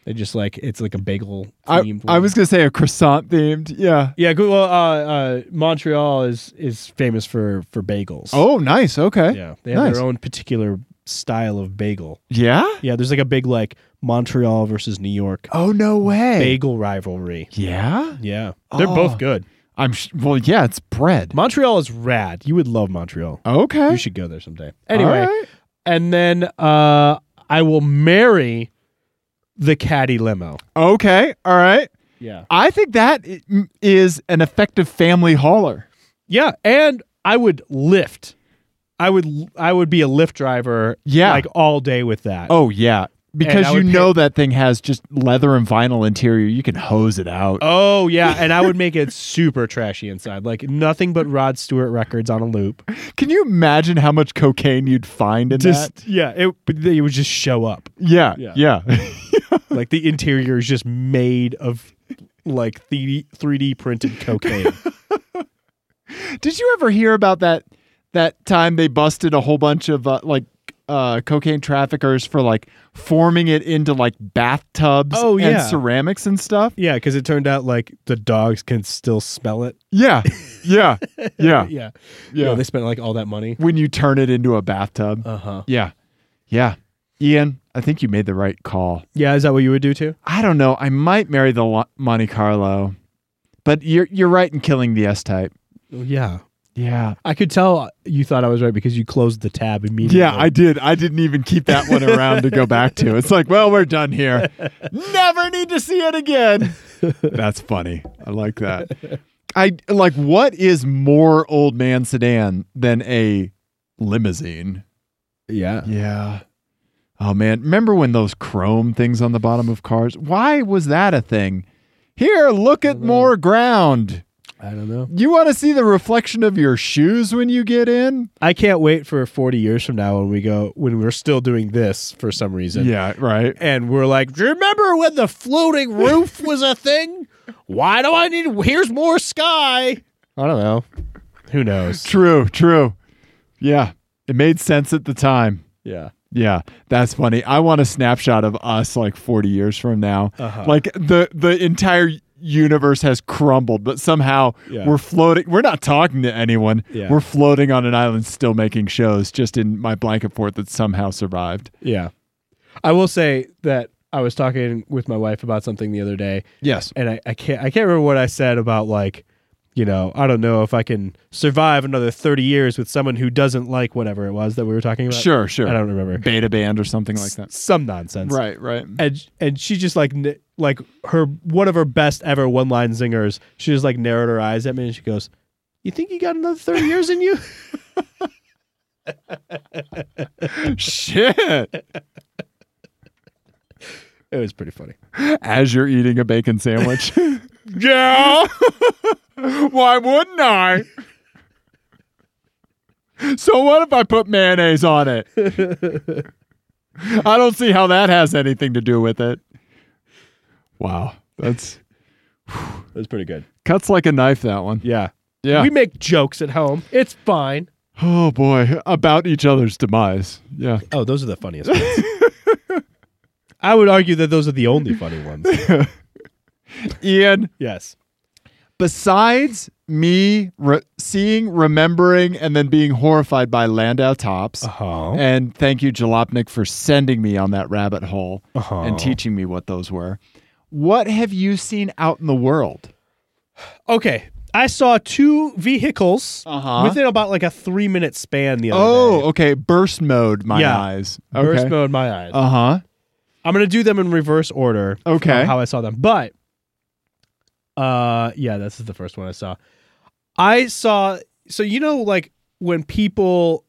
Speaker 4: They just like it's like a bagel
Speaker 2: I,
Speaker 4: themed.
Speaker 2: I was gonna say a croissant themed. Yeah.
Speaker 4: Yeah, good. Well, uh, uh, Montreal is is famous for for bagels.
Speaker 2: Oh, nice. Okay.
Speaker 4: yeah, they have
Speaker 2: nice.
Speaker 4: their own particular style of bagel.
Speaker 2: Yeah?
Speaker 4: Yeah, there's like a big like Montreal versus New York
Speaker 2: Oh no way.
Speaker 4: bagel rivalry.
Speaker 2: Yeah.
Speaker 4: Yeah, they're both
Speaker 2: Oh.
Speaker 4: good.
Speaker 2: I'm sh- well. Yeah, it's bread.
Speaker 4: Montreal is rad. You would love Montreal.
Speaker 2: Okay.
Speaker 4: You should go there someday. Anyway,
Speaker 2: All right.
Speaker 4: and then uh, I will marry the caddy limo.
Speaker 2: Okay. All right.
Speaker 4: Yeah,
Speaker 2: I think that i- m- is an effective family hauler.
Speaker 3: Yeah, and I would lift. I would I would be a lift driver
Speaker 2: Yeah.
Speaker 3: like all day with that.
Speaker 2: Oh yeah.
Speaker 3: I
Speaker 2: Because you
Speaker 3: would
Speaker 2: know that thing has just leather and vinyl interior. You can hose it out.
Speaker 3: Oh, yeah,
Speaker 2: [LAUGHS]
Speaker 3: and I would make it super trashy inside. Like nothing but Rod Stewart records on a loop.
Speaker 2: Can you imagine how much cocaine you'd find in
Speaker 3: Just
Speaker 2: that?
Speaker 3: yeah, it it would just show up.
Speaker 2: Yeah,
Speaker 3: Yeah.
Speaker 2: yeah,
Speaker 3: [LAUGHS] Like the interior is just made of like 3D 3D printed cocaine.
Speaker 2: Did you ever hear about that? That time they busted a whole bunch of uh, like uh, cocaine traffickers for like forming it into like bathtubs
Speaker 3: Oh,
Speaker 2: and
Speaker 3: yeah.
Speaker 2: ceramics and stuff.
Speaker 3: [LAUGHS] yeah, because it turned out like the dogs can still smell it.
Speaker 2: Yeah, yeah, yeah,
Speaker 3: [LAUGHS]
Speaker 2: yeah.
Speaker 4: yeah, No, they spent like all that money.
Speaker 2: when you turn it into a bathtub.
Speaker 4: Uh
Speaker 3: Uh-huh.
Speaker 4: huh.
Speaker 2: yeah, yeah. Ian, I think you made the right call.
Speaker 3: Yeah, is that what you would do too?
Speaker 2: I don't know. I might marry the Lo- Monte Carlo, but you're you're right in killing the S type.
Speaker 4: Yeah.
Speaker 2: Yeah,
Speaker 4: I could tell you thought I was right because you closed the tab immediately.
Speaker 2: Yeah, I did. I didn't even keep that one around to go back to. It's like, well, we're done here. Never need to see it again. That's funny. I like that. I like what is more old man sedan than a limousine?
Speaker 4: yeah.
Speaker 2: Yeah. Oh man, remember when those chrome things on the bottom of cars? Why was that a thing? Here, look at more ground.
Speaker 4: I don't know.
Speaker 2: You want to see the reflection of your shoes when you get in?
Speaker 3: I can't wait for 40 years from now when we go when we're still doing this for some reason.
Speaker 2: Yeah, right.
Speaker 3: and we're like, "Do you remember when the floating roof was a thing? Why do I need? Here's more sky." I don't know. Who knows?
Speaker 2: True, true. Yeah. It made sense at the time.
Speaker 3: Yeah.
Speaker 2: Yeah, that's funny. I want a snapshot of us like 40 years from now.
Speaker 3: Uh-huh.
Speaker 2: Like the the entire universe has crumbled, but somehow
Speaker 3: Yeah.
Speaker 2: we're floating. We're not talking to anyone.
Speaker 3: Yeah.
Speaker 2: We're floating on an island still making shows just in my blanket fort that somehow survived.
Speaker 3: Yeah. I will say that I was talking with my wife about something the other day,
Speaker 2: Yes.
Speaker 3: and I, I can't I can't remember what I said about like, you know, I don't know if I can survive another 30 years with someone who doesn't like whatever it was that we were talking about.
Speaker 2: Sure, sure.
Speaker 3: Uh, I don't remember.
Speaker 2: Beta band or something like that.
Speaker 3: Some nonsense.
Speaker 2: Right, right. [LAUGHS]
Speaker 3: and and she just like n- like her one of her best ever one line zingers. She just like narrowed her eyes at me and she goes, "You think you got another thirty years in you?" [LAUGHS]
Speaker 2: Shit.
Speaker 3: It was pretty funny.
Speaker 2: As you're eating a bacon
Speaker 3: [LAUGHS]
Speaker 2: sandwich.
Speaker 3: Yeah.
Speaker 2: Oh, [LAUGHS] Why wouldn't I? So what if I put mayonnaise on it? I don't see how that has anything to do with it. Wow, that's
Speaker 4: That was pretty good.
Speaker 2: cuts like a knife that one.
Speaker 3: Yeah.
Speaker 2: Yeah.
Speaker 3: We make jokes at home. It's fine.
Speaker 2: oh boy, about each other's demise. Yeah.
Speaker 3: [LAUGHS]
Speaker 4: Oh, those are the funniest ones.
Speaker 3: I would argue that those are the only funny ones.
Speaker 2: Ian,
Speaker 3: [LAUGHS] yes.
Speaker 2: besides me re- seeing, remembering, and then being horrified by Landau tops,
Speaker 3: Uh-huh.
Speaker 2: and thank you, Jalopnik, for sending me on that rabbit hole
Speaker 3: Uh-huh.
Speaker 2: and teaching me what those were. What have you seen out in the world?
Speaker 3: Okay. I saw two vehicles
Speaker 2: Uh-huh.
Speaker 3: within about like a three minute span the other
Speaker 2: Oh,
Speaker 3: day.
Speaker 2: okay. Burst mode, my
Speaker 3: Yeah.
Speaker 2: eyes.
Speaker 3: Burst
Speaker 2: Okay.
Speaker 3: mode my eyes.
Speaker 2: Uh huh.
Speaker 3: I'm gonna do them in reverse order. from
Speaker 2: Okay.
Speaker 3: How I saw them. But uh yeah, this is the first one I saw. I saw so you know like when people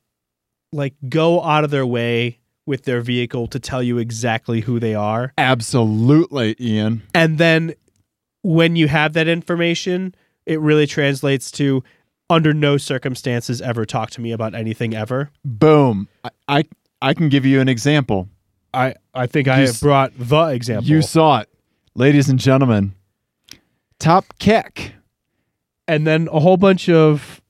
Speaker 3: like go out of their way with their vehicle to tell you exactly who they are.
Speaker 2: Absolutely, Ian.
Speaker 3: And then when you have that information, it really translates to under no circumstances ever talk to me about anything ever.
Speaker 2: Boom. I, I, I can give you an example.
Speaker 3: I I think I
Speaker 2: You
Speaker 3: have
Speaker 2: s-
Speaker 3: brought the example.
Speaker 2: You saw it. Ladies and gentlemen, Top Kick.
Speaker 3: and then a whole bunch of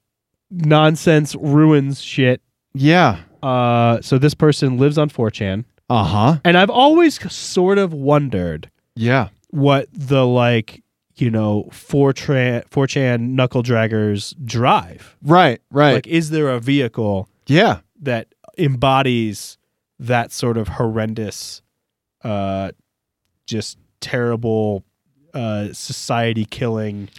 Speaker 3: nonsense ruins shit.
Speaker 2: Yeah.
Speaker 3: Uh, so this person lives on 4chan,
Speaker 2: Uh huh.
Speaker 3: and I've always sort of wondered
Speaker 2: Yeah.
Speaker 3: what the like you know 4chan 4chan knuckle draggers drive.
Speaker 2: Right, right.
Speaker 3: Like, is there a vehicle
Speaker 2: yeah.
Speaker 3: that embodies that sort of horrendous, uh, just terrible, uh, society killing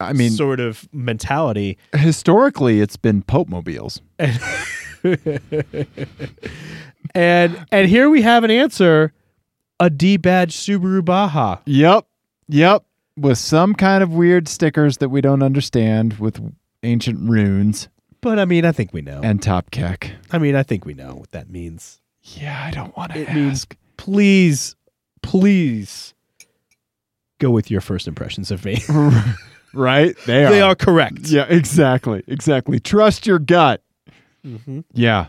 Speaker 2: I mean,
Speaker 3: sort of mentality?
Speaker 2: historically, it's been Pope mobiles.
Speaker 3: And and here we have an answer: a D-badge Subaru Baja.
Speaker 2: Yep. Yep. With some kind of weird stickers that we don't understand with ancient runes
Speaker 3: But I mean, I think we know.
Speaker 2: and Top Kick.
Speaker 3: I mean, I think we know what that means.
Speaker 2: Yeah, I don't want to
Speaker 3: It
Speaker 2: ask.
Speaker 3: means- Please, please go with your first
Speaker 2: [LAUGHS]
Speaker 3: impressions of me.
Speaker 2: right? They are.
Speaker 3: they are correct.
Speaker 2: Yeah, exactly. Exactly. Trust your gut.
Speaker 3: Mm-hmm.
Speaker 2: Yeah.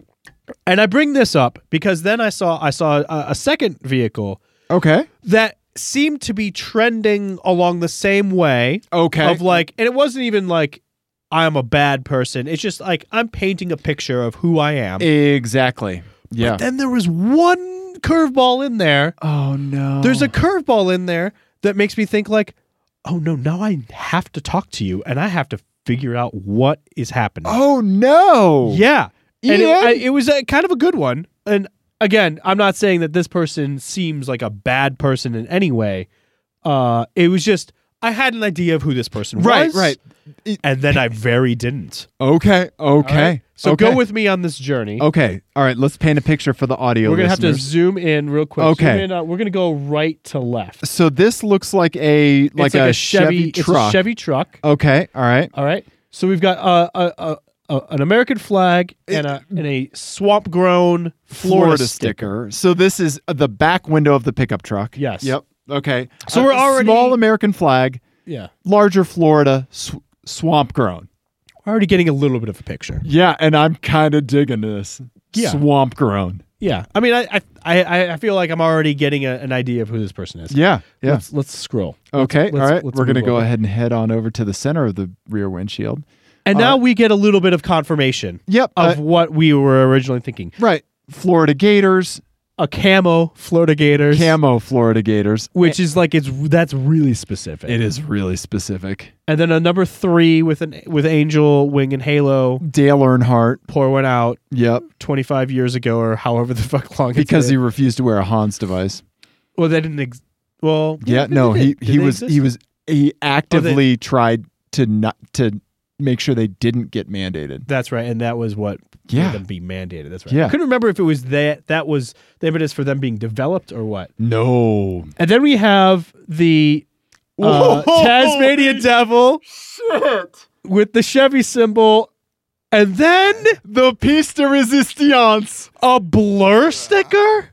Speaker 3: And I bring this up because then I saw I saw a, a second vehicle
Speaker 2: Okay.
Speaker 3: that seemed to be trending along the same way
Speaker 2: Okay.
Speaker 3: of like, and it wasn't even like I'm a bad person. It's just like I'm painting a picture of who I am.
Speaker 2: exactly. Yeah.
Speaker 3: then there was one curveball in there.
Speaker 2: oh no.
Speaker 3: There's a curveball in there that makes me think like, oh no, now I have to talk to you and I have to figure out what is happening.
Speaker 2: Oh no.
Speaker 3: yeah, and it,
Speaker 2: Ian?
Speaker 3: I- it was a, kind of a good one. And again, I'm not saying that this person seems like a bad person in any way. Uh, it was just I had an idea of who this person
Speaker 2: Right,
Speaker 3: was,
Speaker 2: right.
Speaker 3: and then I very didn't.
Speaker 2: Okay. Okay.
Speaker 3: All right? So
Speaker 2: okay.
Speaker 3: go with me on this journey.
Speaker 2: Okay. All right, let's paint a picture for the audio
Speaker 3: We're gonna have to
Speaker 2: listeners.
Speaker 3: zoom in real quick.
Speaker 2: Okay.
Speaker 3: Zoom in, uh, we're gonna go right to left.
Speaker 2: So this looks like a like,
Speaker 3: it's like a,
Speaker 2: Chevy,
Speaker 3: Chevy,
Speaker 2: truck.
Speaker 3: It's a Chevy truck.
Speaker 2: Okay. All right.
Speaker 3: All right. So we've got uh, a, a, a an American flag and a and a swamp grown Florida, stick.
Speaker 2: So this is the back window of the pickup truck.
Speaker 3: Yes.
Speaker 2: Yep. Okay.
Speaker 3: So
Speaker 2: A
Speaker 3: we're already-
Speaker 2: small American flag,
Speaker 3: Yeah.
Speaker 2: larger Florida sw- swamp grown.
Speaker 3: We're already getting a little bit of a picture.
Speaker 2: Yeah, and I'm kind of digging this.
Speaker 3: Yeah.
Speaker 2: Swamp grown.
Speaker 3: Yeah. I mean, I I I, I feel like I'm already getting a, an idea of who this person is.
Speaker 2: Yeah. Yeah.
Speaker 3: Let's let's scroll.
Speaker 2: okay.
Speaker 3: let's-
Speaker 2: All right.
Speaker 3: let's
Speaker 2: We're going to
Speaker 3: move
Speaker 2: go
Speaker 3: over.
Speaker 2: ahead and head on over to the center of the rear windshield.
Speaker 3: And now we get a little bit of confirmation
Speaker 2: Yep.
Speaker 3: of
Speaker 2: uh,
Speaker 3: what we were originally thinking.
Speaker 2: right. Florida Gators,
Speaker 3: A camo Florida Gators,
Speaker 2: camo Florida Gators.
Speaker 3: which is like it's that's really specific.
Speaker 2: It is really specific.
Speaker 3: And then a number three with an with Angel Wing and Halo.
Speaker 2: Dale Earnhardt.
Speaker 3: Pour one out.
Speaker 2: Yep.
Speaker 3: 25 years ago or however the [LAUGHS] fuck long it's
Speaker 2: Because he
Speaker 3: been.
Speaker 2: refused to wear a Hans device.
Speaker 3: well they didn't ex- well
Speaker 2: Yeah,
Speaker 3: they
Speaker 2: no,
Speaker 3: did.
Speaker 2: he
Speaker 3: Did
Speaker 2: he
Speaker 3: they
Speaker 2: was
Speaker 3: exist? Oh,
Speaker 2: he was he actively tried to not to make sure they didn't get mandated.
Speaker 3: that's right and that was what made
Speaker 2: Yeah.
Speaker 3: them being mandated that's right
Speaker 2: Yeah.
Speaker 3: I couldn't remember if it was that that was the evidence for them being developed or what
Speaker 2: No.
Speaker 3: and then we have the
Speaker 2: Whoa,
Speaker 3: uh, [LAUGHS] Tasmanian devil with the Chevy symbol and then
Speaker 2: The piece de resistance,
Speaker 3: a blur sticker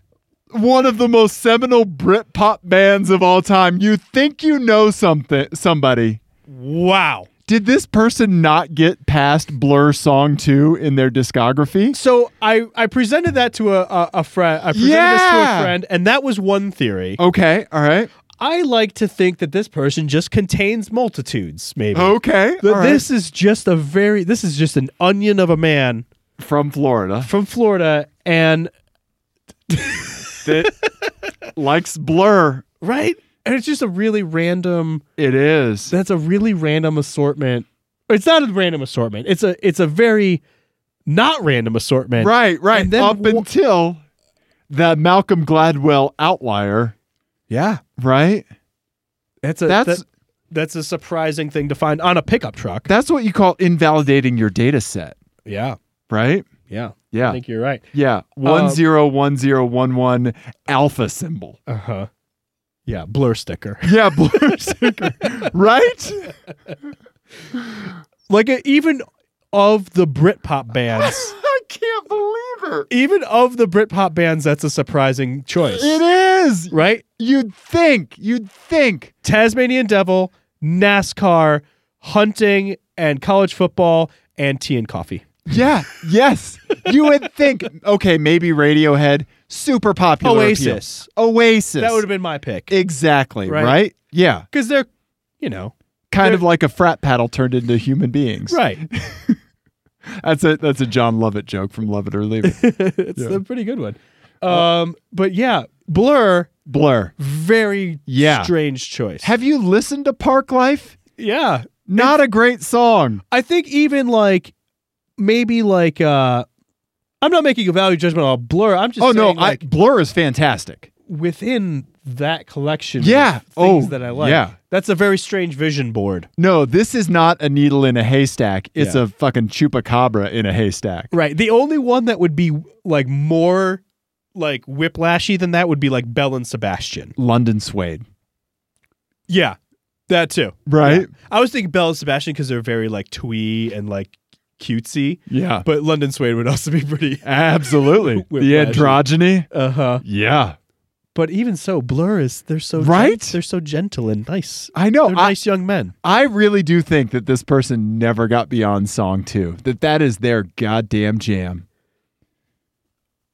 Speaker 2: one of the most seminal Britpop bands of all time. You think you know something somebody.
Speaker 3: wow
Speaker 2: Did this person not get past Blur song 2 in their discography?
Speaker 3: so I, I presented that to a, a, a friend. I presented this to
Speaker 2: Yeah.
Speaker 3: a friend, and that was one theory.
Speaker 2: Okay, all right.
Speaker 3: I like to think that this person just contains multitudes, maybe.
Speaker 2: Okay.
Speaker 3: That
Speaker 2: all right.
Speaker 3: this is just a very this is just an onion of a man
Speaker 2: from Florida.
Speaker 3: from Florida and
Speaker 2: it. Likes blur.
Speaker 3: right? And it's just a really random.
Speaker 2: It is.
Speaker 3: That's a really random assortment. It's not a random assortment. It's a it's a very not random assortment.
Speaker 2: Right, right.
Speaker 3: And then
Speaker 2: Up
Speaker 3: wha-
Speaker 2: until the Malcolm Gladwell outlier,
Speaker 3: Yeah.
Speaker 2: right?
Speaker 3: That's a
Speaker 2: That's
Speaker 3: that- that's a surprising thing to find on a pickup truck.
Speaker 2: that's what you call invalidating your data set,
Speaker 3: Yeah.
Speaker 2: right?
Speaker 3: Yeah. I
Speaker 2: Yeah.
Speaker 3: think you're right.
Speaker 2: Yeah. One zero one zero one one alpha symbol.
Speaker 3: Uh huh. Yeah. Blur sticker.
Speaker 2: Yeah, blur sticker. right?
Speaker 3: Like uh, even of the
Speaker 2: [LAUGHS]
Speaker 3: Britpop bands,
Speaker 2: [LAUGHS] I can't believe it.
Speaker 3: even of the Britpop bands, that's a surprising choice.
Speaker 2: It is.
Speaker 3: Right?
Speaker 2: You'd think. You'd think.
Speaker 3: Tasmanian Devil, NASCAR, hunting, and college football, and tea and coffee.
Speaker 2: Yeah. Yes. You would think. Okay, maybe Radiohead, super popular. appeal.
Speaker 3: Oasis.
Speaker 2: Oasis.
Speaker 3: That would have been my pick
Speaker 2: exactly right.
Speaker 3: Right.
Speaker 2: Yeah.
Speaker 3: because they're, you know,
Speaker 2: Kind
Speaker 3: They're-
Speaker 2: of like a frat paddle turned into human beings. [LAUGHS]
Speaker 3: right.
Speaker 2: That's a that's a John Lovett joke from Love It or
Speaker 3: [LAUGHS]
Speaker 2: Leave It.
Speaker 3: it's a pretty good one. Um, but yeah, Blur,
Speaker 2: Uh, Blur.
Speaker 3: very
Speaker 2: Yeah.
Speaker 3: strange choice.
Speaker 2: Have you listened to Park Life?
Speaker 3: yeah,
Speaker 2: Not a great song.
Speaker 3: I think even like maybe like uh, I'm not making a value judgment on Blur. I'm just
Speaker 2: Oh no,
Speaker 3: saying, like
Speaker 2: I, Blur is fantastic.
Speaker 3: within that collection.
Speaker 2: Yeah.
Speaker 3: of things
Speaker 2: Oh,
Speaker 3: that I like.
Speaker 2: yeah.
Speaker 3: that's a very strange vision board.
Speaker 2: No, this is not a needle in a haystack. It's
Speaker 3: Yeah.
Speaker 2: a fucking chupacabra in a haystack.
Speaker 3: Right. The only one that would be like more like whiplashy than that would be like Bell and Sebastian.
Speaker 2: London suede.
Speaker 3: Yeah, that too.
Speaker 2: Right?
Speaker 3: I was thinking Bell and Sebastian because they're very like twee and like cutesy,
Speaker 2: Yeah.
Speaker 3: but London Suede would also be pretty. [LAUGHS]
Speaker 2: Absolutely.
Speaker 3: With
Speaker 2: the
Speaker 3: pleasure.
Speaker 2: androgyny.
Speaker 3: Uh huh.
Speaker 2: Yeah.
Speaker 3: But even so, Blur is they're so gen-
Speaker 2: Right?
Speaker 3: they're so gentle and nice.
Speaker 2: I know.
Speaker 3: they're
Speaker 2: I,
Speaker 3: nice young men.
Speaker 2: I really do think that this person never got beyond song two. That that is their goddamn jam.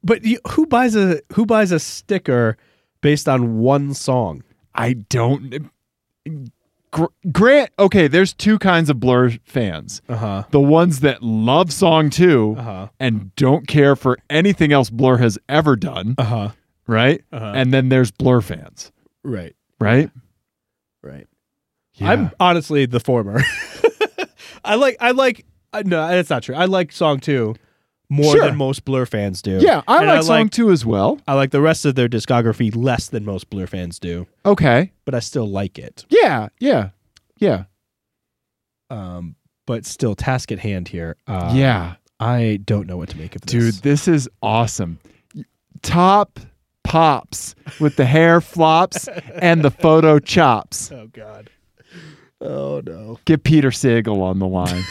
Speaker 3: But you, who buys a who buys a sticker based on one song?
Speaker 2: I don't. Gr- Grant, okay, there's two kinds of Blur fans.
Speaker 3: Uh huh.
Speaker 2: The ones that love song 2
Speaker 3: Uh huh.
Speaker 2: and don't care for anything else Blur has ever done,
Speaker 3: Uh huh.
Speaker 2: right?
Speaker 3: Uh-huh.
Speaker 2: And then there's Blur fans,
Speaker 3: Right.
Speaker 2: right?
Speaker 3: Right.
Speaker 2: Yeah.
Speaker 3: I'm honestly the former. [LAUGHS] I like I like uh, no, that's not true. I like song two more
Speaker 2: Sure.
Speaker 3: than most Blur fans do.
Speaker 2: yeah, I
Speaker 3: And
Speaker 2: like song two as well.
Speaker 3: I like the rest of their discography less than most Blur fans do,
Speaker 2: Okay.
Speaker 3: but I still like it.
Speaker 2: Yeah, yeah, yeah,
Speaker 3: Um, but still, task at hand here. Uh,
Speaker 2: yeah.
Speaker 3: I don't know what to make of
Speaker 2: Dude,
Speaker 3: this.
Speaker 2: this is awesome. Top pops with the hair flops and the photo chops.
Speaker 3: Oh God. Oh no.
Speaker 2: Get Peter Sagal on the [LAUGHS] line.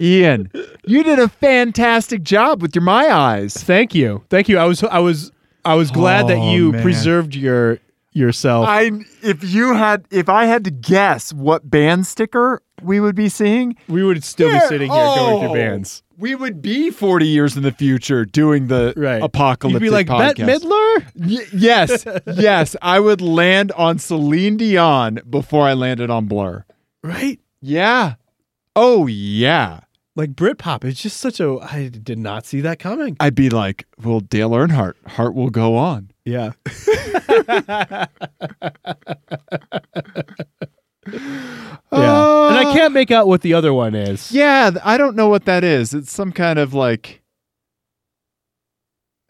Speaker 2: Ian, you did a fantastic job with your My Eyes.
Speaker 3: Thank you, thank you. I was I was I was glad
Speaker 2: Oh,
Speaker 3: that you
Speaker 2: man.
Speaker 3: preserved your yourself.
Speaker 2: I if you had if I had to guess what band sticker we would be seeing,
Speaker 3: we would still be sitting here going through bands.
Speaker 2: oh, We would be 40 years in the future doing the
Speaker 3: Right. You'd
Speaker 2: apocalyptic
Speaker 3: be like
Speaker 2: podcast.
Speaker 3: Bette Midler.
Speaker 2: Y- yes, yes, I would land on Celine Dion before I landed on Blur.
Speaker 3: Right?
Speaker 2: Yeah. Oh yeah.
Speaker 3: Like Britpop, it's just such a. I did not see that coming.
Speaker 2: I'd be like, well, Dale Earnhardt, heart will go on.
Speaker 3: [LAUGHS] Yeah. Yeah. and I can't make out what the other one is.
Speaker 2: Yeah, th- I don't know what that is. It's some kind of like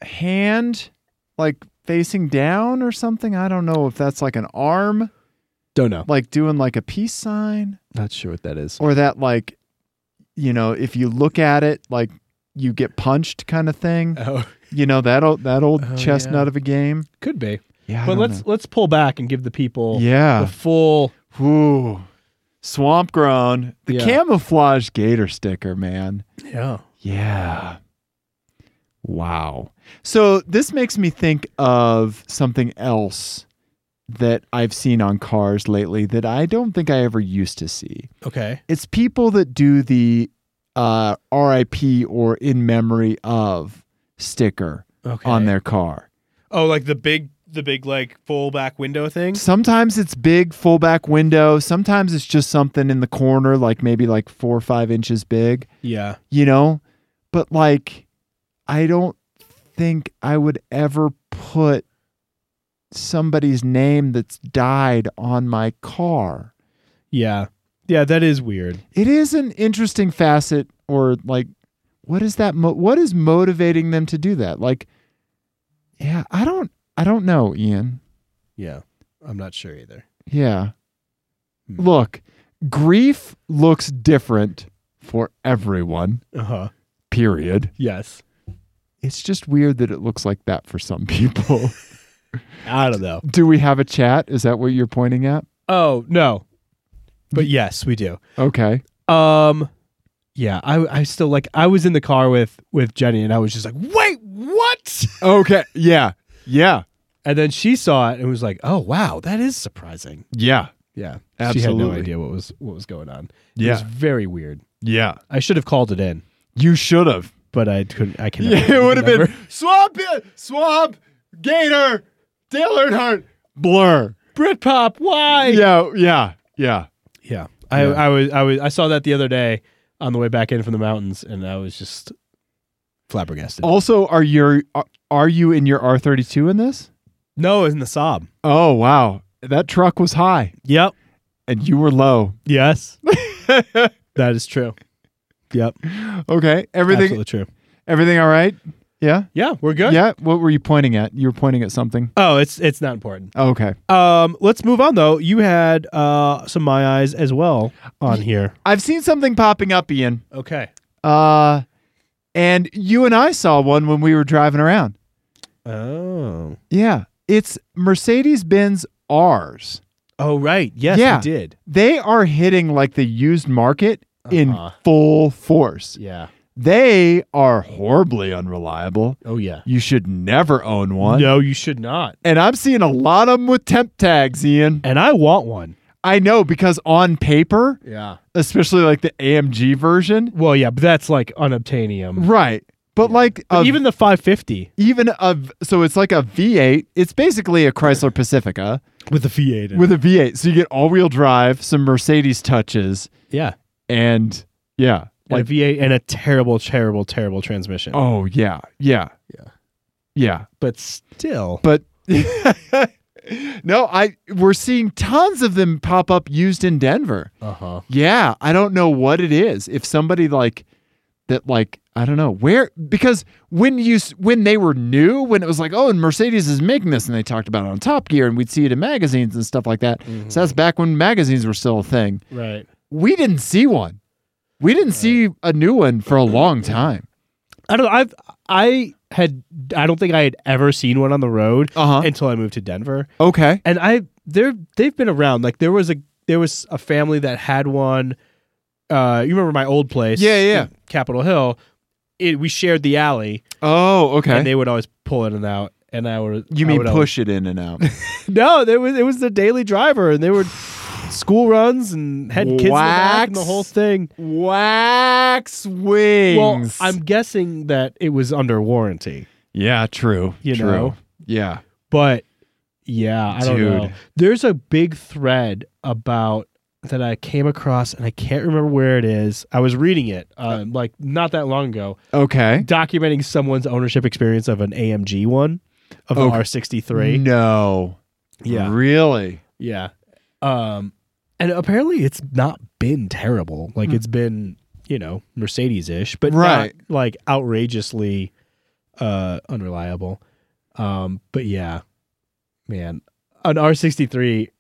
Speaker 2: hand, like facing down or something. I don't know if that's like an arm,
Speaker 3: Don't know.
Speaker 2: like doing like a peace sign,
Speaker 3: Not sure what that is.
Speaker 2: or that like, you know, if you look at it, like you get punched kind of thing.
Speaker 3: Oh,
Speaker 2: You know that old that old
Speaker 3: Oh,
Speaker 2: chestnut
Speaker 3: yeah.
Speaker 2: of a game.
Speaker 3: could be.
Speaker 2: Yeah, I
Speaker 3: but
Speaker 2: don't
Speaker 3: let's let's pull back and give the
Speaker 2: know.
Speaker 3: people the
Speaker 2: yeah.
Speaker 3: full.
Speaker 2: Ooh, swamp grown. The
Speaker 3: Yeah.
Speaker 2: camouflage gator sticker, man.
Speaker 3: Yeah.
Speaker 2: Yeah. Wow. So this makes me think of something else that I've seen on cars lately that I don't think I ever used to see.
Speaker 3: Okay.
Speaker 2: It's people that do the uh, RIP or in memory of sticker
Speaker 3: Okay.
Speaker 2: on their car.
Speaker 3: Oh, like the big the big like full back window thing.
Speaker 2: Sometimes it's big fullback window. Sometimes it's just something in the corner, like maybe like four or five inches big.
Speaker 3: Yeah.
Speaker 2: you know? But like, I don't think I would ever put somebody's name that's died on my car.
Speaker 5: Yeah. Yeah, that is weird.
Speaker 2: It is an interesting facet, or like, what is that? Mo- what is motivating them to do that? Like, yeah, I don't, I don't know, Ian.
Speaker 3: Yeah. I'm not sure either.
Speaker 2: Yeah.
Speaker 3: Hmm.
Speaker 2: Look, grief looks different for everyone,
Speaker 3: Uh huh.
Speaker 2: period.
Speaker 3: Yes.
Speaker 2: It's just weird that it looks like that for some [LAUGHS] people.
Speaker 3: I don't know.
Speaker 2: do we have a chat? Is that what you're pointing at?
Speaker 3: Oh no. But yes, we do.
Speaker 2: Okay.
Speaker 3: Um, yeah. I I still like. I was in the car with with Jenny, and I was just like, wait, what? [LAUGHS]
Speaker 2: Okay. Yeah. Yeah.
Speaker 3: And then she saw it and was like, oh wow, that is surprising.
Speaker 2: Yeah.
Speaker 3: Yeah. She had no
Speaker 2: Absolutely.
Speaker 3: idea what was what was going on. It
Speaker 2: Yeah.
Speaker 3: was very weird.
Speaker 2: Yeah.
Speaker 3: I should have called it in,
Speaker 2: You should have.
Speaker 3: but I couldn't.
Speaker 2: [LAUGHS]
Speaker 3: I can't.
Speaker 2: Yeah, it would have been Swamp, Swamp, Gator, Dale Earnhardt, Blur.
Speaker 3: Britpop. Why?
Speaker 2: Yeah, yeah, yeah.
Speaker 3: Yeah. I,
Speaker 2: Yeah.
Speaker 3: I was I was I saw that the other day on the way back in from the mountains and I was just Oh, flabbergasted.
Speaker 2: Also, are your are, are you in your R thirty two in this?
Speaker 3: No, it was in the sob.
Speaker 2: Oh wow, that truck was high
Speaker 3: Yep.
Speaker 2: and you were low.
Speaker 3: [LAUGHS] Yes. that is true. Yep.
Speaker 2: Okay, everything
Speaker 3: Absolutely true.
Speaker 2: everything all right? Yeah,
Speaker 3: Yeah, we're good.
Speaker 2: yeah. What were you pointing at? You were pointing at something.
Speaker 3: Oh, it's it's not important.
Speaker 2: Oh, Okay,
Speaker 3: Um, let's move on though. You had uh some my eyes as well on here.
Speaker 2: I've seen something popping up, Ian.
Speaker 3: Okay.
Speaker 2: Uh, and you and I saw one when we were driving around.
Speaker 3: Oh.
Speaker 2: Yeah, it's Mercedes Benz R's.
Speaker 3: Oh right. Yes,
Speaker 2: Yeah.
Speaker 3: we did.
Speaker 2: they are hitting like the used market in
Speaker 3: Uh-huh.
Speaker 2: full force.
Speaker 3: Yeah.
Speaker 2: They are horribly unreliable.
Speaker 3: Oh yeah.
Speaker 2: You should never own one.
Speaker 3: No, you should not.
Speaker 2: And I'm seeing a lot of them with temp tags, Ian.
Speaker 3: And I want one.
Speaker 2: I know because on paper,
Speaker 3: Yeah.
Speaker 2: especially like the AMG version,
Speaker 3: Well, yeah, but that's like unobtainium.
Speaker 2: right. But like
Speaker 3: But
Speaker 2: a-
Speaker 3: even the 550
Speaker 2: even a so it's like a V8. It's basically a Chrysler Pacifica
Speaker 3: with the V8.
Speaker 2: with a V8. So you get all-wheel drive, some Mercedes touches,
Speaker 3: yeah,
Speaker 2: and yeah,
Speaker 3: like V8 and a terrible, terrible, terrible transmission.
Speaker 2: Oh yeah, yeah,
Speaker 3: Yeah.
Speaker 2: yeah.
Speaker 3: But still,
Speaker 2: But [LAUGHS] no, I we're seeing tons of them pop up used in Denver.
Speaker 3: uh huh.
Speaker 2: Yeah, I don't know what it is. If somebody like that, like I don't know where because when you s- when they were new, when it was like oh, and Mercedes is making this, and they talked about it on Top Gear, and we'd see it in magazines and stuff like that. So that's back when magazines were still a thing.
Speaker 3: Right.
Speaker 2: We didn't see one. We didn't see a new one for a long time.
Speaker 3: I don't. I've I had. I don't think I had ever seen one on the road
Speaker 2: Uh
Speaker 3: until I moved to Denver.
Speaker 2: Okay.
Speaker 3: And I they're they've been around. Like there was a there was a family that had one. Uh, you remember my old place?
Speaker 2: Yeah, yeah.
Speaker 3: in Capitol Hill. It, we shared the alley,
Speaker 2: Oh, okay.
Speaker 3: and they would always pull in and out. And I would.
Speaker 2: You
Speaker 3: I
Speaker 2: mean
Speaker 3: would always-
Speaker 2: push it in and
Speaker 3: [LAUGHS]
Speaker 2: out?
Speaker 3: No, there was it was the daily driver, and they were school runs and had kids in the back and the
Speaker 2: Wax.
Speaker 3: whole thing.
Speaker 2: Wax wings.
Speaker 3: Well, I'm guessing that it was under warranty,
Speaker 2: yeah, true.
Speaker 3: You
Speaker 2: true.
Speaker 3: know?
Speaker 2: Yeah.
Speaker 3: but yeah, I don't know.
Speaker 2: Dude.
Speaker 3: There's a big thread about that I came across, and I can't remember where it is. I was reading it uh, like not that long ago,
Speaker 2: Okay.
Speaker 3: documenting someone's ownership experience of an AMG one of the
Speaker 2: Okay. Mm.
Speaker 3: R63.
Speaker 2: No.
Speaker 3: Yeah.
Speaker 2: Really?
Speaker 3: Yeah. Um and apparently it's not been terrible. Like it's been, you know, Mercedes-ish, but
Speaker 2: Hmm. Right.
Speaker 3: not like outrageously uh unreliable. Um but yeah. Man, an R63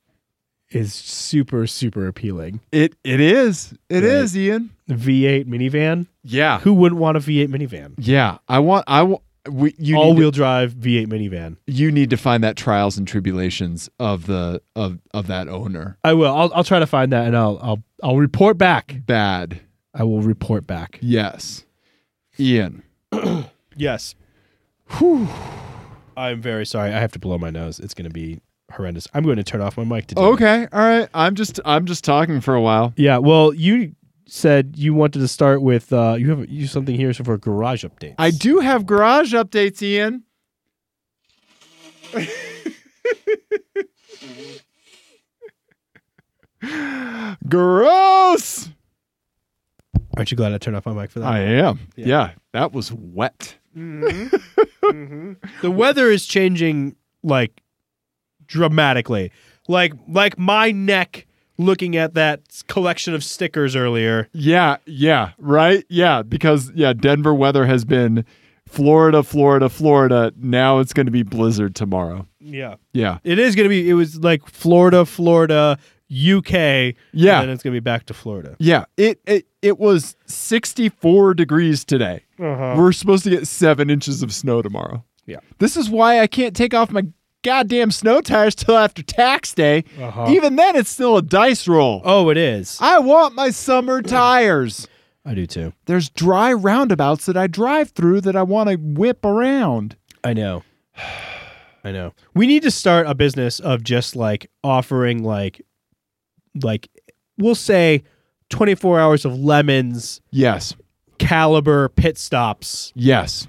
Speaker 3: is super super appealing.
Speaker 2: It it is. It is,
Speaker 3: Right.
Speaker 2: Ian.
Speaker 3: V8 minivan?
Speaker 2: Yeah.
Speaker 3: Who wouldn't want a V8 minivan?
Speaker 2: Yeah. I want I want we, you need to-
Speaker 3: All-wheel drive V8 minivan.
Speaker 2: you need to find that trials and tribulations of the of of that owner.
Speaker 3: I will. I'll, I'll try to find that and I'll I'll I'll report back.
Speaker 2: Bad.
Speaker 3: I will report back.
Speaker 2: Yes. Ian.
Speaker 3: Yes. I'm very sorry. I have to blow my nose. It's going to be horrendous. I'm going to turn off my mic today.
Speaker 2: Okay. All right. I'm just I'm just talking for a while.
Speaker 3: Yeah. Well, you said you wanted to start with uh, you have you have something here for garage updates.
Speaker 2: I do have garage updates, Ian. [LAUGHS] Gross.
Speaker 3: Aren't you glad I turned off my mic for that?
Speaker 2: I am. Yeah. that was wet.
Speaker 3: the weather is changing like dramatically. Like like my neck looking at that s- collection of stickers earlier.
Speaker 2: Yeah, yeah, right? Yeah, because yeah, Denver weather has been Florida, Florida, Florida. Now it's going to be blizzard tomorrow.
Speaker 3: Yeah.
Speaker 2: Yeah.
Speaker 3: It is going to be it was like Florida, Florida, UK. and
Speaker 2: Yeah.
Speaker 3: then it's going to be back to Florida.
Speaker 2: Yeah, it it, it was 64 degrees today. We're supposed to get 7 inches of snow tomorrow.
Speaker 3: Yeah.
Speaker 2: This is why I can't take off my goddamn snow tires till after tax day. Even then it's still a dice roll.
Speaker 3: Uh-huh. Oh, it is.
Speaker 2: I want my summer tires.
Speaker 3: I do too.
Speaker 2: There's dry roundabouts that I drive through that I want to whip around.
Speaker 3: I know. [SIGHS] I know. We need to start a business of just like offering like like we'll say 24 hours of lemons
Speaker 2: Yes.
Speaker 3: caliber pit stops
Speaker 2: Yes.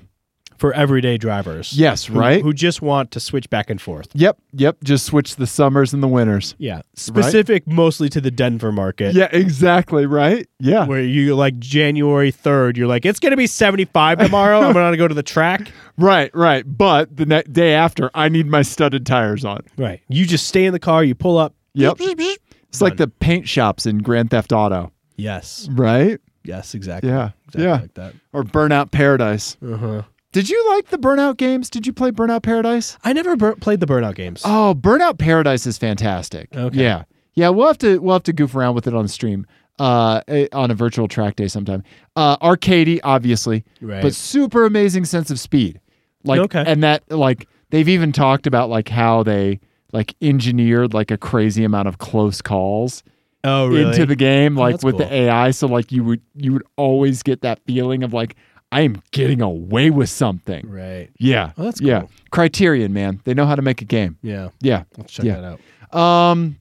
Speaker 3: for everyday drivers.
Speaker 2: Yes,
Speaker 3: Who-
Speaker 2: right?
Speaker 3: Who just want to switch back and forth.
Speaker 2: Yep, yep. Just switch the summers and the winters.
Speaker 3: Yeah. Specific mostly to the Denver market.
Speaker 2: Yeah, exactly, right? Yeah.
Speaker 3: Where you like January 3rd, you're like, it's going to be 75 tomorrow. I'm going to go to the track.
Speaker 2: Right, right. But the ne- day after, I need my studded tires on.
Speaker 3: Right. You just stay in the car, you pull up.
Speaker 2: Yep. It's like the paint shops in Grand Theft Auto,
Speaker 3: Yes.
Speaker 2: right?
Speaker 3: Yes, exactly.
Speaker 2: Yeah.
Speaker 3: Exactly
Speaker 2: yeah.
Speaker 3: like that.
Speaker 2: Or Burnout Paradise.
Speaker 3: Uh-huh.
Speaker 2: Did you like the Burnout games? Did you play Burnout Paradise?
Speaker 3: I never bur- played the Burnout games.
Speaker 2: Oh, Burnout Paradise is fantastic.
Speaker 3: Okay.
Speaker 2: Yeah. Yeah, we'll have to we'll have to goof around with it on stream. Uh, eh, on a virtual track day sometime. Uh, Arcady, obviously,
Speaker 3: Right.
Speaker 2: but super amazing sense of speed. Like,
Speaker 3: Okay.
Speaker 2: and that like they've even talked about like how they like engineered like a crazy amount of close calls
Speaker 3: oh, really?
Speaker 2: into the game, like
Speaker 3: that's
Speaker 2: with the
Speaker 3: cool.
Speaker 2: AI. So like you would you would always get that feeling of like I am getting away with something.
Speaker 3: right.
Speaker 2: Yeah,
Speaker 3: Oh, that's
Speaker 2: yeah.
Speaker 3: cool.
Speaker 2: Criterion, man, they know how to make a game.
Speaker 3: Yeah.
Speaker 2: Yeah,
Speaker 3: Let's check
Speaker 2: Yeah.
Speaker 3: that out.
Speaker 2: um,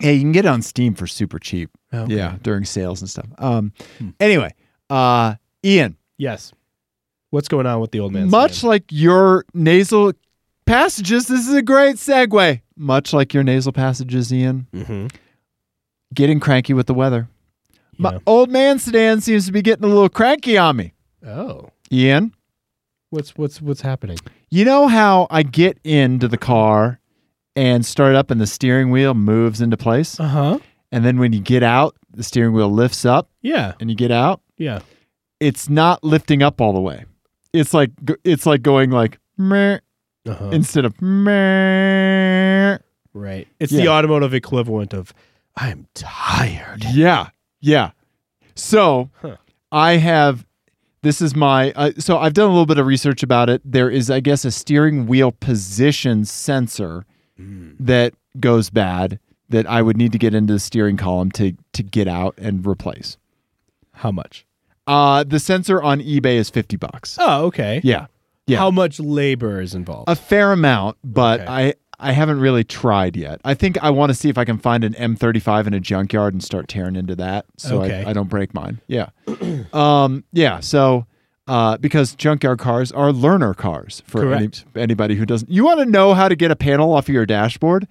Speaker 2: yeah, you can get it on Steam for super cheap.
Speaker 3: Okay.
Speaker 2: Yeah, during sales and stuff. Um, anyway, uh, Ian,
Speaker 3: Yes. What's going on with the old man?
Speaker 2: much like your nasal passages, this is a great segue. Much like your nasal passages, Ian,
Speaker 3: Mm-hmm.
Speaker 2: getting cranky with the weather. My
Speaker 3: Yeah.
Speaker 2: old man sedan seems to be getting a little cranky on me,
Speaker 3: Oh.
Speaker 2: Ian.
Speaker 4: What's what's what's happening?
Speaker 2: You know how I get into the car and start up and the steering wheel moves into place?
Speaker 3: Uh huh.
Speaker 2: And then when you get out, the steering wheel lifts up
Speaker 3: Yeah.
Speaker 2: and you get out?
Speaker 3: Yeah.
Speaker 2: it's not lifting up all the way. It's like it's like going like meh
Speaker 3: Uh-huh.
Speaker 2: instead of meh.
Speaker 3: right. It's
Speaker 2: Yeah.
Speaker 3: the automotive equivalent of I'm tired.
Speaker 2: Yeah, yeah. So
Speaker 3: Huh.
Speaker 2: I have this is my uh, so I've done a little bit of research about it. There is I guess a steering wheel position sensor that goes bad that I would need to get into the steering column to to get out and replace.
Speaker 3: How much?
Speaker 2: Uh, the sensor on eBay is fifty bucks.
Speaker 3: Oh, okay.
Speaker 2: Yeah. Yeah. Uh,
Speaker 3: How much labor is involved?
Speaker 2: a fair amount, but
Speaker 3: Okay.
Speaker 2: I I haven't really tried yet. I think I want to see if I can find an M35 in a junkyard and start tearing into that, so
Speaker 3: Okay.
Speaker 2: I, I don't break mine. Yeah, [CLEARS THROAT] um, yeah. So uh, because junkyard cars are learner cars for any,
Speaker 3: Correct.
Speaker 2: anybody who doesn't. You want to know how to get a panel off of your dashboard?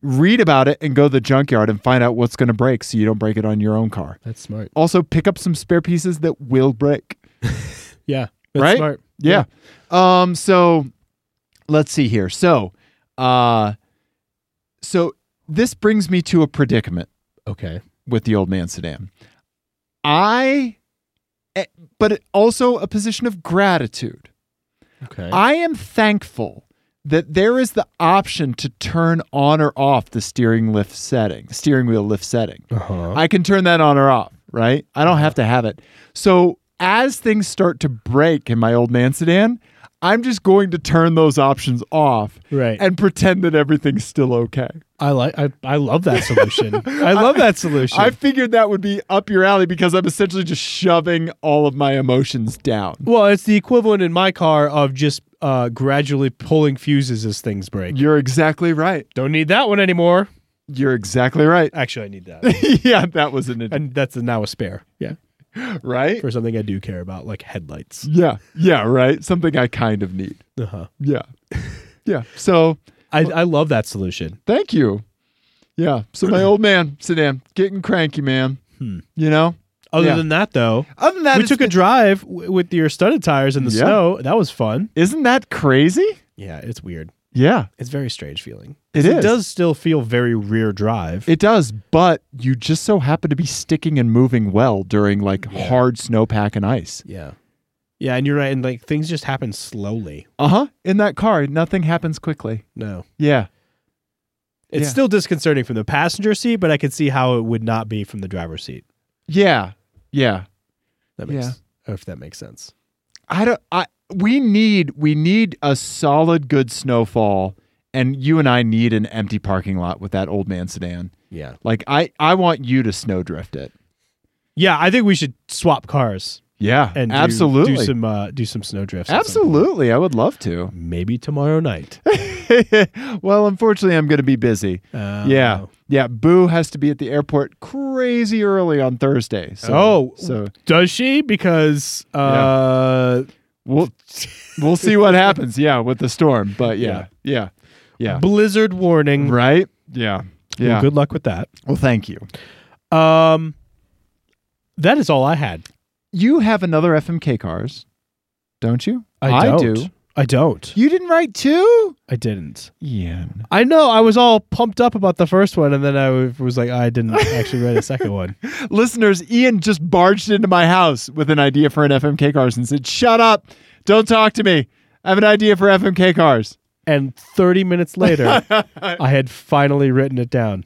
Speaker 2: Read about it and go to the junkyard and find out what's going to break, so you don't break it on your own car.
Speaker 4: That's smart.
Speaker 2: Also, pick up some spare pieces that will break.
Speaker 3: yeah. That's
Speaker 2: Right?
Speaker 3: smart.
Speaker 2: Yeah. Um so let's see here. So uh so this brings me to a predicament
Speaker 3: Okay.
Speaker 2: with the old man sedan. I eh, but it- also a position of gratitude.
Speaker 3: Okay.
Speaker 2: I am thankful that there is the option to turn on or off the steering lift setting, steering wheel lift setting.
Speaker 3: uh-huh.
Speaker 2: I can turn that on or off, right? I don't have to have it. So as things start to break in my old man sedan, I'm just going to turn those options off
Speaker 3: Right.
Speaker 2: and pretend that everything's still okay.
Speaker 3: I like I, I love
Speaker 2: [LAUGHS]
Speaker 3: that solution. I love that solution.
Speaker 2: I figured that would be up your alley because I'm essentially just shoving all of my emotions down.
Speaker 3: well, it's the equivalent in my car of just uh, gradually pulling fuses as things break.
Speaker 2: You're exactly right.
Speaker 3: Don't need that one anymore.
Speaker 2: You're exactly right. [LAUGHS]
Speaker 3: Actually, I need that.
Speaker 2: yeah, that was an
Speaker 3: and that's now a spare. Yeah.
Speaker 2: right?
Speaker 3: For something I do care about, like headlights.
Speaker 2: Yeah. Yeah, right. Something I kind of need.
Speaker 3: Uh-huh.
Speaker 2: Yeah. [LAUGHS] Yeah. So,
Speaker 3: I, I love that solution.
Speaker 2: Thank you. Yeah. So my old man sedan getting cranky, man. You know,
Speaker 3: Other
Speaker 2: Yeah.
Speaker 3: than that, though,
Speaker 2: Hmm. Other than that,
Speaker 3: we
Speaker 2: it's
Speaker 3: took a
Speaker 2: been-
Speaker 3: drive w- with your studded tires in the
Speaker 2: Yeah.
Speaker 3: snow. That was fun.
Speaker 2: Isn't that crazy?
Speaker 3: Yeah, it's weird.
Speaker 2: Yeah,
Speaker 3: It's very strange feeling.
Speaker 2: it
Speaker 3: It
Speaker 2: is.
Speaker 3: does still feel very rear drive.
Speaker 2: It does, but you just so happen to be sticking and moving well during like hard snowpack and ice.
Speaker 3: yeah. Yeah, and you're right. And like things just happen slowly.
Speaker 2: Uh huh. In that car, nothing happens quickly.
Speaker 3: No.
Speaker 2: Yeah.
Speaker 3: It's
Speaker 2: Yeah.
Speaker 3: still disconcerting from the passenger seat, but I could see how it would not be from the driver's seat.
Speaker 2: Yeah. Yeah.
Speaker 3: That makes if that makes sense.
Speaker 2: I don't. I we need we need a solid good snowfall, and you and I need an empty parking lot with that old man sedan.
Speaker 3: Yeah.
Speaker 2: Like I I want you to snowdrift it.
Speaker 3: Yeah, I think we should swap cars
Speaker 2: Yeah.
Speaker 3: and do-
Speaker 2: absolutely.
Speaker 3: do, some uh, do some snow drifts. at some point.
Speaker 2: absolutely. I would love to. [LAUGHS]
Speaker 3: Maybe tomorrow [LAUGHS] night.
Speaker 2: well, unfortunately, I'm going to be busy.
Speaker 3: Uh,
Speaker 2: yeah. Yeah. Boo has to be at the airport crazy early on Thursday. So,
Speaker 3: oh,
Speaker 2: so
Speaker 3: does she? Because uh,
Speaker 2: we'll we'll see what
Speaker 3: [LAUGHS]
Speaker 2: happens. Yeah, with the storm. But yeah, yeah, yeah.
Speaker 3: blizzard warning.
Speaker 2: Right? Yeah.
Speaker 3: Well,
Speaker 2: Yeah.
Speaker 3: good luck with that.
Speaker 2: Well, thank you.
Speaker 3: Um, that is all I had.
Speaker 2: You have another FMK cars, don't you?
Speaker 3: don't.
Speaker 2: do.
Speaker 3: I don't.
Speaker 2: You didn't write two?
Speaker 3: I didn't.
Speaker 2: Yeah.
Speaker 3: I know. I was all pumped up about the first one, and then I w- was like, I didn't actually write a second [LAUGHS] one.
Speaker 2: Listeners, Ian just barged into my house with an idea for an FMK cars and said, Shut up. Don't talk to me. I have an idea for FMK cars.
Speaker 3: And 30 minutes [LAUGHS] later, I had finally written it down.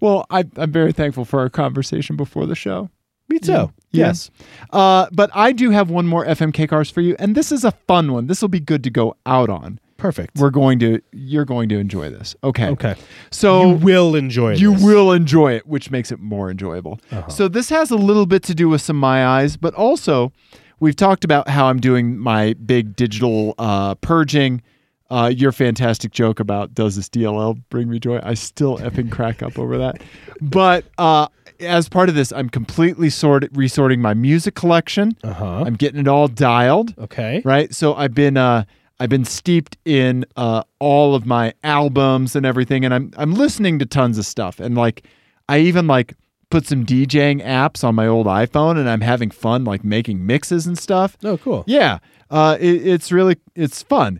Speaker 2: Well, I, I'm very thankful for our conversation before the show.
Speaker 3: Me too.
Speaker 2: Yeah.
Speaker 3: Yes.
Speaker 2: Uh, but I do have one more FMK cars for you, and this is a fun one. This will be good to go out on.
Speaker 3: Perfect.
Speaker 2: We're going to, you're going to enjoy this. Okay.
Speaker 3: okay.
Speaker 2: So
Speaker 3: you will enjoy
Speaker 2: you
Speaker 3: this. Uh-huh.
Speaker 2: will enjoy it, which makes it more enjoyable. So this has a little bit to do with some my eyes, but also we've talked about how I'm doing my big digital uh, purging. Uh, your fantastic joke about does this DLL bring me joy? I still effing crack up over
Speaker 3: [LAUGHS]
Speaker 2: that. But uh, as part of this, I'm completely sort resorting my music collection.
Speaker 3: Uh huh.
Speaker 2: I'm getting it all dialed
Speaker 3: Okay.
Speaker 2: right? So I've been uh I've been steeped in uh all of my albums and everything and I'm I'm listening to tons of stuff and like I even like put some DJing apps on my old iPhone and I'm having fun like making mixes and stuff.
Speaker 3: Oh, cool.
Speaker 2: Yeah. Uh it, it's really it's fun.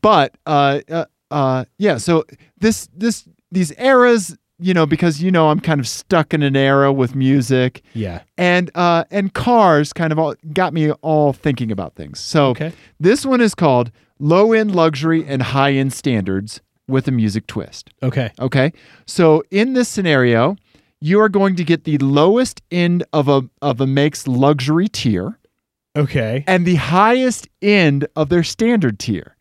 Speaker 2: But uh, uh uh yeah, so this this these eras, you know, because you know I'm kind of stuck in an era with music
Speaker 3: Yeah.
Speaker 2: and uh, and cars kind of all got me all thinking about things. So
Speaker 3: Okay.
Speaker 2: this one is called Low End Luxury and High End Standards with a Music Twist.
Speaker 3: Okay.
Speaker 2: Okay, so in this scenario, you are going to get the lowest end of a of a make's luxury tier
Speaker 3: Okay.
Speaker 2: and the highest end of their standard tier.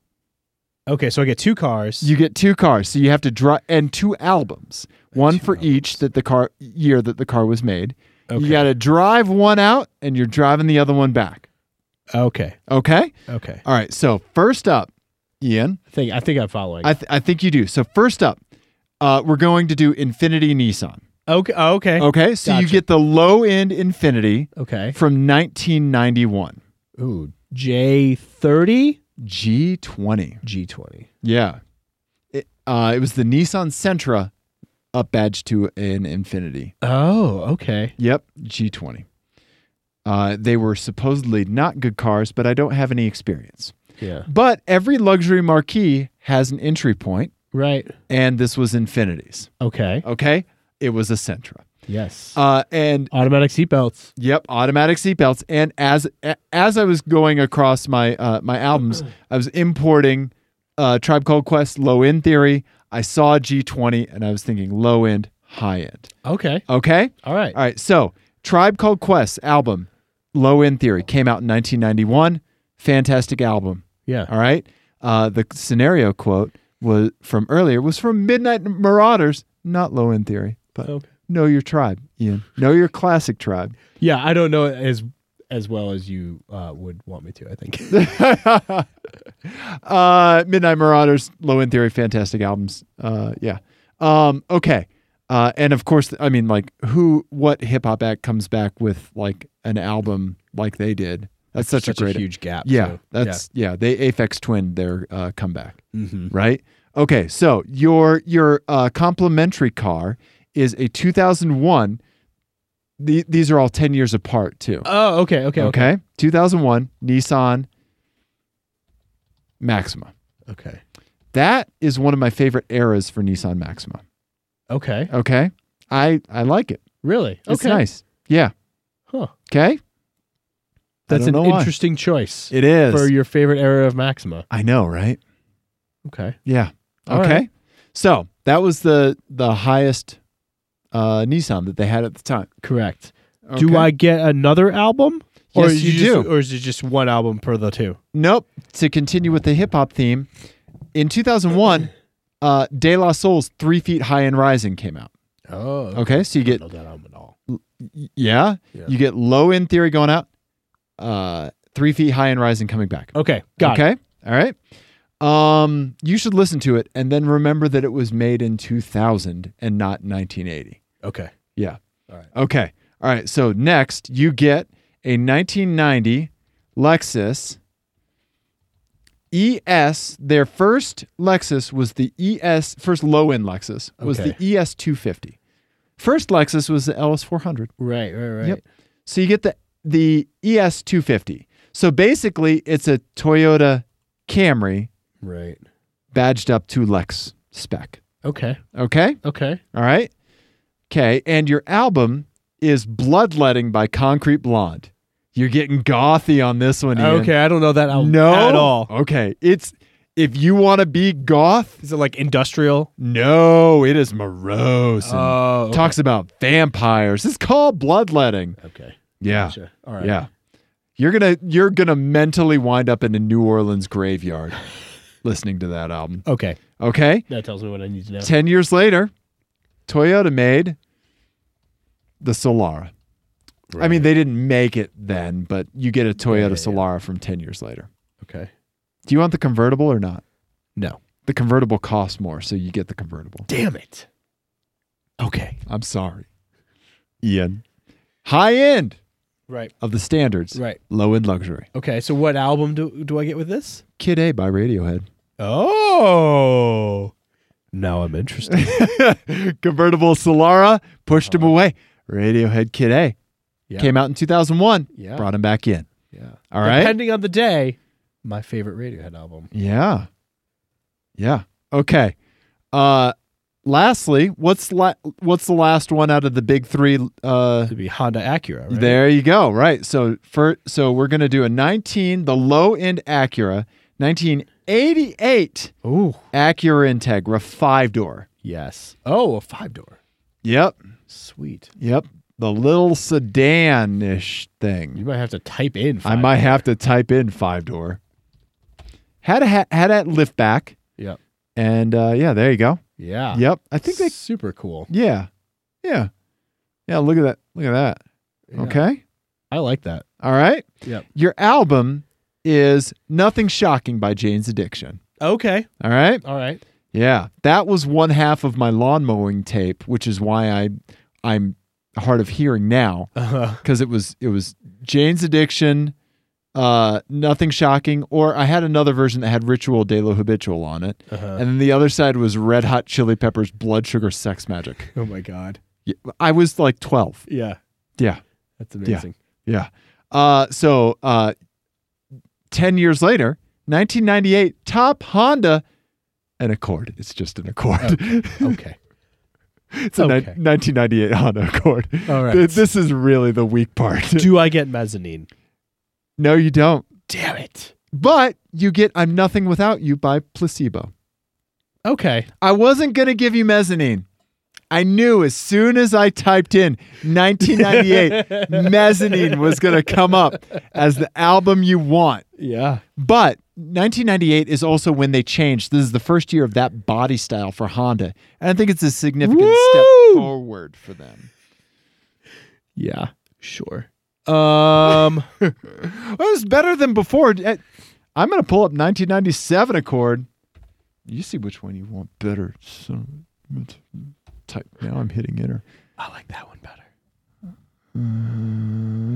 Speaker 3: Okay. So I get two cars.
Speaker 2: You get two cars, so you have to draw and two albums, one
Speaker 3: two
Speaker 2: for each that the car year that the car was made.
Speaker 3: Okay.
Speaker 2: You got to drive one out, and you're driving the other one back.
Speaker 3: okay.
Speaker 2: Okay.
Speaker 3: Okay.
Speaker 2: All right. So first up, Ian,
Speaker 3: I think I think I'm following.
Speaker 2: I, th- I think you do. So first up, uh, we're going to do Infinity Nissan.
Speaker 3: okay. oh, Okay.
Speaker 2: Okay. So you
Speaker 3: Gotcha.
Speaker 2: get the low end Infinity
Speaker 3: Okay.
Speaker 2: from 1991.
Speaker 3: Ooh. J thirty.
Speaker 2: G20.
Speaker 3: G twenty.
Speaker 2: Yeah. It, uh, it was the Nissan Sentra up badge to an Infinity.
Speaker 3: Oh. Okay.
Speaker 2: Yep. G20. Uh, they were supposedly not good cars, but I don't have any experience.
Speaker 3: Yeah.
Speaker 2: But every luxury marquee has an entry point.
Speaker 3: Right.
Speaker 2: and this was Infinity's.
Speaker 3: Okay.
Speaker 2: Okay, it was a Sentra.
Speaker 3: Yes.
Speaker 2: Uh, and
Speaker 3: Automatic seatbelts.
Speaker 2: yep, automatic seatbelts. And as a- as I was going across my uh, my albums, I was importing uh, Tribe Called Quest Low End Theory. I saw G20, and I was thinking low end, high end.
Speaker 3: Okay.
Speaker 2: Okay,
Speaker 3: All right.
Speaker 2: all right. So Tribe Called Quest album, Low End Theory came out in 1991. Fantastic album.
Speaker 3: Yeah.
Speaker 2: All right. Uh, the scenario quote was from earlier was from Midnight Marauders, not Low End Theory, but
Speaker 3: Okay.
Speaker 2: know your tribe, Ian. Know your classic tribe.
Speaker 3: Yeah. I don't know it as as well as you uh, would want me to. I think.
Speaker 2: Uh, Midnight Marauders, Low End Theory, fantastic albums. Uh, yeah. Um, okay. Uh, and of course, I mean, like, who, what hip hop act comes back with like an album like they did? That's such, a great,
Speaker 3: huge gap.
Speaker 2: yeah.
Speaker 3: so,
Speaker 2: that's yeah. They Aphex Twin their uh, comeback.
Speaker 3: yeah. Mhm.
Speaker 2: right? Okay, so your your uh, complimentary car is a 2001 the, these are all 10 years apart, too.
Speaker 3: Oh, okay, okay, okay,
Speaker 2: okay. 2001, Nissan Maxima.
Speaker 3: okay,
Speaker 2: That is one of my favorite eras for Nissan Maxima.
Speaker 3: okay.
Speaker 2: Okay. I, I like it.
Speaker 3: Really?
Speaker 2: It's
Speaker 3: okay.
Speaker 2: nice. Yeah.
Speaker 3: Huh.
Speaker 2: Okay.
Speaker 3: That's
Speaker 2: I
Speaker 3: an
Speaker 2: don't know why.
Speaker 3: interesting choice
Speaker 2: It is.
Speaker 3: for your favorite era of Maxima.
Speaker 2: I know, right?
Speaker 3: Okay.
Speaker 2: Yeah.
Speaker 3: All
Speaker 2: okay.
Speaker 3: right.
Speaker 2: So that was the the highest uh, Nissan that they had at the time.
Speaker 3: Correct.
Speaker 2: Okay.
Speaker 3: Do I get another album? Or
Speaker 2: Yes,
Speaker 3: is
Speaker 2: you
Speaker 3: it just-
Speaker 2: do.
Speaker 3: Or is it just one album per the two?
Speaker 2: Nope. To continue with the hip hop theme, in 2001, uh, De La Soul's Three Feet High and Rising came out.
Speaker 3: Oh,
Speaker 2: Okay. So you
Speaker 3: I
Speaker 2: get,
Speaker 3: don't know that album at all.
Speaker 2: yeah,
Speaker 3: Yeah.
Speaker 2: you get Low End Theory going out, uh, Three Feet High and Rising coming back.
Speaker 3: Okay, got it.
Speaker 2: okay. All right. Um, you should listen to it and then remember that it was made in 2000 and not 1980.
Speaker 3: Okay.
Speaker 2: Yeah.
Speaker 3: All right.
Speaker 2: Okay. All right. So next, you get a 1990 Lexus ES. Their first Lexus was the ES, first low end Lexus was the E ES 250. First Lexus was the LS 400.
Speaker 3: Right, right, right.
Speaker 2: Yep. So you get the the E ES 250. So basically, it's a Toyota Camry
Speaker 3: Right.
Speaker 2: badged up to Lex spec.
Speaker 3: Okay.
Speaker 2: Okay.
Speaker 3: Okay.
Speaker 2: All right. Okay. And your album is Bloodletting by Concrete Blonde. You're getting gothy on this one. Ian.
Speaker 3: Okay, I don't know that album
Speaker 2: No.
Speaker 3: at all.
Speaker 2: Okay. It's if you want to be goth,
Speaker 3: Is it like industrial?
Speaker 2: no, it is morose. and
Speaker 3: Oh, okay.
Speaker 2: Talks about vampires. It's called Bloodletting.
Speaker 3: Okay.
Speaker 2: Yeah.
Speaker 3: Sure. All right.
Speaker 2: Yeah. You're gonna you're gonna mentally wind up in a New Orleans graveyard [LAUGHS] listening to that album.
Speaker 3: Okay.
Speaker 2: Okay?
Speaker 3: That tells me what I need to know.
Speaker 2: Ten years later, Toyota made the Solara. I mean, they didn't make it then, but you get a Toyota Solara from ten years later.
Speaker 3: Okay.
Speaker 2: Do you want the convertible or not?
Speaker 3: No.
Speaker 2: The convertible costs more, so you get the convertible.
Speaker 3: Damn it. Okay.
Speaker 2: I'm sorry. Ian. High end
Speaker 3: Right.
Speaker 2: of the standards.
Speaker 3: Right.
Speaker 2: Low end luxury.
Speaker 3: Okay. So what album do do I get with this?
Speaker 2: Kid A by Radiohead. [LAUGHS]
Speaker 3: Oh. Now I'm [LAUGHS] interested.
Speaker 2: convertible Solara pushed him away. Radiohead Kid A
Speaker 3: Uh-huh. Yeah.
Speaker 2: came out in 2001.
Speaker 3: Yeah.
Speaker 2: Brought him back in.
Speaker 3: yeah.
Speaker 2: All right.
Speaker 3: Depending on the day, my favorite Radiohead album.
Speaker 2: yeah. Yeah. Okay. Uh lastly, what's la- what's the last one out of the big 3 uh
Speaker 3: To be Honda Acura. Right?
Speaker 2: There you go. Right. So for so we're going to do a 19 the low end Acura 1988
Speaker 3: Ooh.
Speaker 2: Acura Integra 5 door.
Speaker 3: Yes. Oh, a five door.
Speaker 2: Yep.
Speaker 3: Sweet.
Speaker 2: Yep. The little sedan-ish thing.
Speaker 3: You might have to type in.
Speaker 2: I
Speaker 3: Five
Speaker 2: might have to type in five door. Had a ha- had that lift back,
Speaker 3: Yep. Ah.
Speaker 2: and uh, yeah, there you go.
Speaker 3: Yeah.
Speaker 2: Yep, I think they.
Speaker 3: super cool.
Speaker 2: Yeah, yeah, yeah. Look at that. Look at that.
Speaker 3: Yeah.
Speaker 2: Okay.
Speaker 3: I like that.
Speaker 2: All right.
Speaker 3: Yep.
Speaker 2: Your album is "Nothing Shocking" by Jane's Addiction.
Speaker 3: Okay.
Speaker 2: All right. [LAUGHS]
Speaker 3: All right.
Speaker 2: Yeah, that was one half of my lawn mowing tape, which is why I I'm hard of hearing now
Speaker 3: Uh-huh.
Speaker 2: because it was it was Jane's Addiction, uh, Nothing Shocking, or I had another version that had Ritual De La Habitual on it,
Speaker 3: Uh-huh.
Speaker 2: and then the other side was Red Hot Chili Peppers, Blood Sugar Sex Magic.
Speaker 3: Oh my god.
Speaker 2: Yeah, I was like twelve.
Speaker 3: Yeah.
Speaker 2: Yeah,
Speaker 3: That's amazing.
Speaker 2: yeah. Uh, so uh, ten years later, 1998, top Honda, an Accord. It's just an Accord.
Speaker 3: Okay.
Speaker 2: [LAUGHS] it's a ni-
Speaker 3: okay.
Speaker 2: 1998 Honda Accord.
Speaker 3: [LAUGHS] All right.
Speaker 2: Th- This is really the weak part.
Speaker 3: Do I get mezzanine?
Speaker 2: [LAUGHS] no, you don't.
Speaker 3: Damn it.
Speaker 2: But you get I'm Nothing Without You by Placebo.
Speaker 3: Okay.
Speaker 2: I wasn't going to give you mezzanine. I knew as soon as I typed in
Speaker 3: [LAUGHS]
Speaker 2: 1998, mezzanine was going to come up as the album you want.
Speaker 3: Yeah.
Speaker 2: But 1998 is also when they changed. This is the first year of that body style for Honda. And I think it's a significant step
Speaker 3: Woo!
Speaker 2: forward for them.
Speaker 3: Yeah. Sure. Um [LAUGHS]
Speaker 2: Well, it was better than before. Eh, I'm going to pull up 1997 Accord. You see which one you want better. So, type. Now I'm hitting enter.
Speaker 3: I like that one better.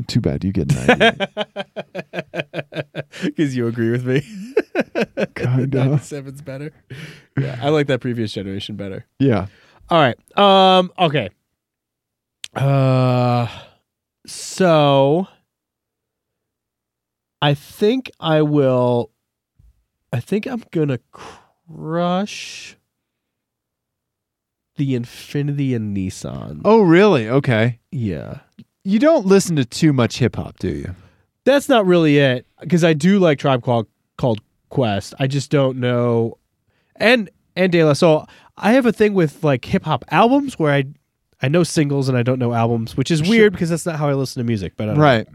Speaker 2: Uh, too bad you get
Speaker 3: [LAUGHS]
Speaker 2: 98.
Speaker 3: Because you agree with me.
Speaker 2: kind
Speaker 3: [LAUGHS]
Speaker 2: of.
Speaker 3: Seven's better. Yeah. I like that previous generation better.
Speaker 2: Yeah.
Speaker 3: All right. Um okay. Uh So I think I will I think I'm going to crush the Infinity and Nissan.
Speaker 2: Oh, really? Okay.
Speaker 3: yeah.
Speaker 2: You don't listen to too much hip hop, do you?
Speaker 3: That's not really it cuz I do like Tribe Called, Called Quest. I just don't know and and De La Soul. I have a thing with like hip hop albums where I I know singles and I don't know albums, which is weird because that's not how I listen to music, but I don't know.
Speaker 2: Right.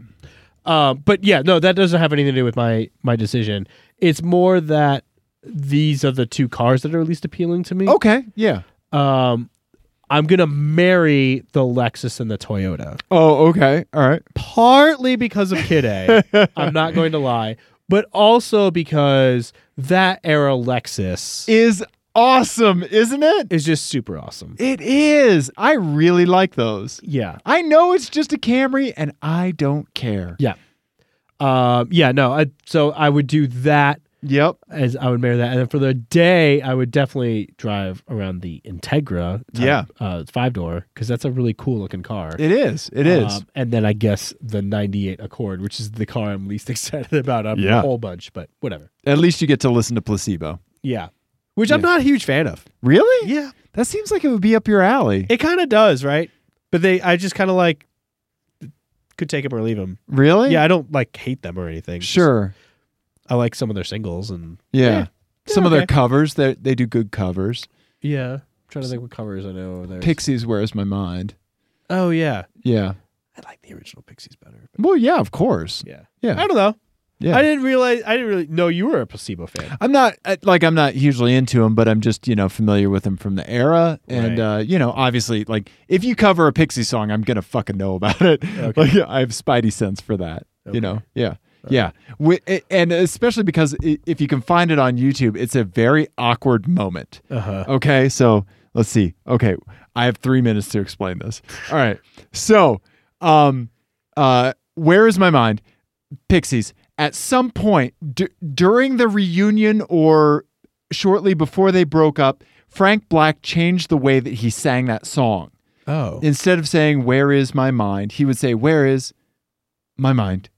Speaker 3: Um, but yeah, no, that doesn't have anything to do with my my decision. It's more that these are the two cars that are least appealing to me.
Speaker 2: Okay. Yeah.
Speaker 3: Um, I'm gonna marry the Lexus and the Toyota,
Speaker 2: Oh, okay. All right.
Speaker 3: partly because of Kid A. [LAUGHS] I'm not going to lie, but also because that era Lexus
Speaker 2: Is awesome, isn't it?
Speaker 3: is just super awesome.
Speaker 2: It is. I really like those.
Speaker 3: Yeah.
Speaker 2: I know it's just a Camry and I don't care.
Speaker 3: Um, yeah. No. I, so I would do that
Speaker 2: Yep.
Speaker 3: as I would marry that. And then for the day, I would definitely drive around the Integra, type,
Speaker 2: Yeah.
Speaker 3: uh, five door, because that's a really cool looking car.
Speaker 2: It is. It is.
Speaker 3: Um, and then I guess the '98 Accord, which is the car I'm least [LAUGHS] excited about. I'm
Speaker 2: Yeah.
Speaker 3: a whole bunch, but whatever.
Speaker 2: At least you get to listen to Placebo.
Speaker 3: Yeah, which I'm
Speaker 2: Yeah.
Speaker 3: not a huge fan of.
Speaker 2: Really?
Speaker 3: Yeah,
Speaker 2: That seems like it would be up your alley.
Speaker 3: it kind of does, right? But they, I just kind of like could take them or leave them.
Speaker 2: really?
Speaker 3: Yeah, I don't like hate them or anything. Just-
Speaker 2: Oh, Sure.
Speaker 3: I like some of their singles and
Speaker 2: Yeah.
Speaker 3: Yeah.
Speaker 2: Some of
Speaker 3: Yeah,
Speaker 2: their
Speaker 3: okay.
Speaker 2: covers, they they do good covers.
Speaker 3: yeah. trying to think what covers I know. There's,
Speaker 2: Pixies, where's my mind?
Speaker 3: Oh yeah,
Speaker 2: Yeah.
Speaker 3: I like the original Pixies better.
Speaker 2: Well, yeah, of course.
Speaker 3: Yeah.
Speaker 2: Yeah.
Speaker 3: I don't know.
Speaker 2: Yeah.
Speaker 3: I didn't realize. I didn't really know you were a placebo fan.
Speaker 2: I'm not I- like I'm not hugely into him, but I'm just you know familiar with him from the era, and
Speaker 3: Right.
Speaker 2: uh, you know obviously like if you cover a Pixie song, I'm gonna fucking know about it. [LAUGHS] Like I have Spidey sense for that. You know, yeah, yeah, Wi- a- and especially because i- if you can find it on YouTube, it's a very awkward moment.
Speaker 3: Uh huh.
Speaker 2: Okay, so let's see. Okay, I have three minutes to explain this. All right, so um, uh, where is my mind? Pixies. At some point d- during the reunion or shortly before they broke up, Frank Black changed the way that he sang that song.
Speaker 3: Oh.
Speaker 2: Instead of saying "Where is my mind," he would say "Where is my mind."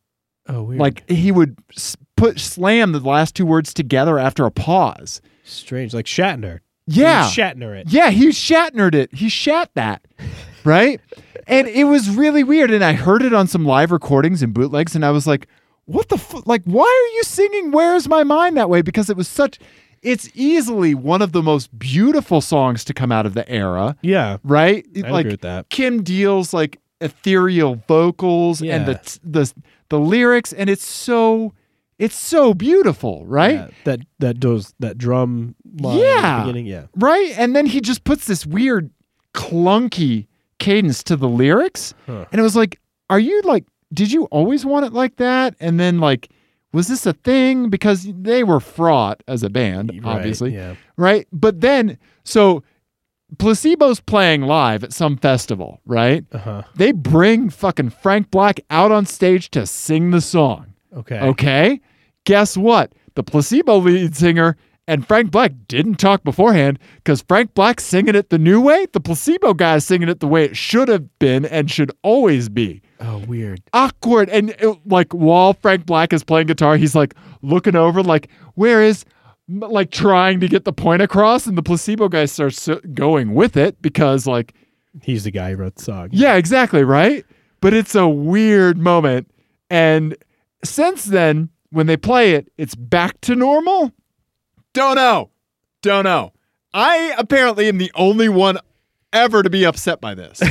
Speaker 3: Oh, weird.
Speaker 2: Like he would s- put slam the last two words together after a pause.
Speaker 3: strange, like Shatner.
Speaker 2: Yeah,
Speaker 3: You Shatner it.
Speaker 2: yeah, he Shatnered it. He shat that, right? and it was really weird. And I heard it on some live recordings and bootlegs, and I was like, "What the fu- Like, why are you singing "Where's My Mind" that way?" Because it was such. It's easily one of the most beautiful songs to come out of the era,
Speaker 3: Yeah,
Speaker 2: right?
Speaker 3: I
Speaker 2: like
Speaker 3: agree with that.
Speaker 2: Kim Deal's like ethereal vocals and
Speaker 3: Yeah.
Speaker 2: the the the lyrics, and it's so it's so beautiful, right?
Speaker 3: Yeah, that that does that drum line yeah.
Speaker 2: Yeah.
Speaker 3: beginning. Yeah.
Speaker 2: Right? And then he just puts this weird clunky cadence to the lyrics.
Speaker 3: Huh.
Speaker 2: And it was like, are you like did you always want it like that? And then like was this a thing because they were fraught as a band,
Speaker 3: Right,
Speaker 2: obviously,
Speaker 3: Yeah.
Speaker 2: right? But then so Placebo's playing live at some festival, right?
Speaker 3: Uh huh.
Speaker 2: They bring fucking Frank Black out on stage to sing the song.
Speaker 3: Okay.
Speaker 2: Oh. Okay. Guess what? The placebo lead singer and Frank Black didn't talk beforehand because Frank Black's singing it the new way. The placebo guy's singing it the way it should have been and should always be.
Speaker 3: Oh, weird.
Speaker 2: Awkward. And it, like while Frank Black is playing guitar, he's like looking over, like, where is, m- like trying to get the point across. And the placebo guy starts so- going with it because, like,
Speaker 3: He's the guy who wrote the song.
Speaker 2: yeah, exactly, right? But it's a weird moment. And since then, when they play it, it's back to normal? Don't know. Don't know. I apparently am the only one ever to be upset by [LAUGHS] this.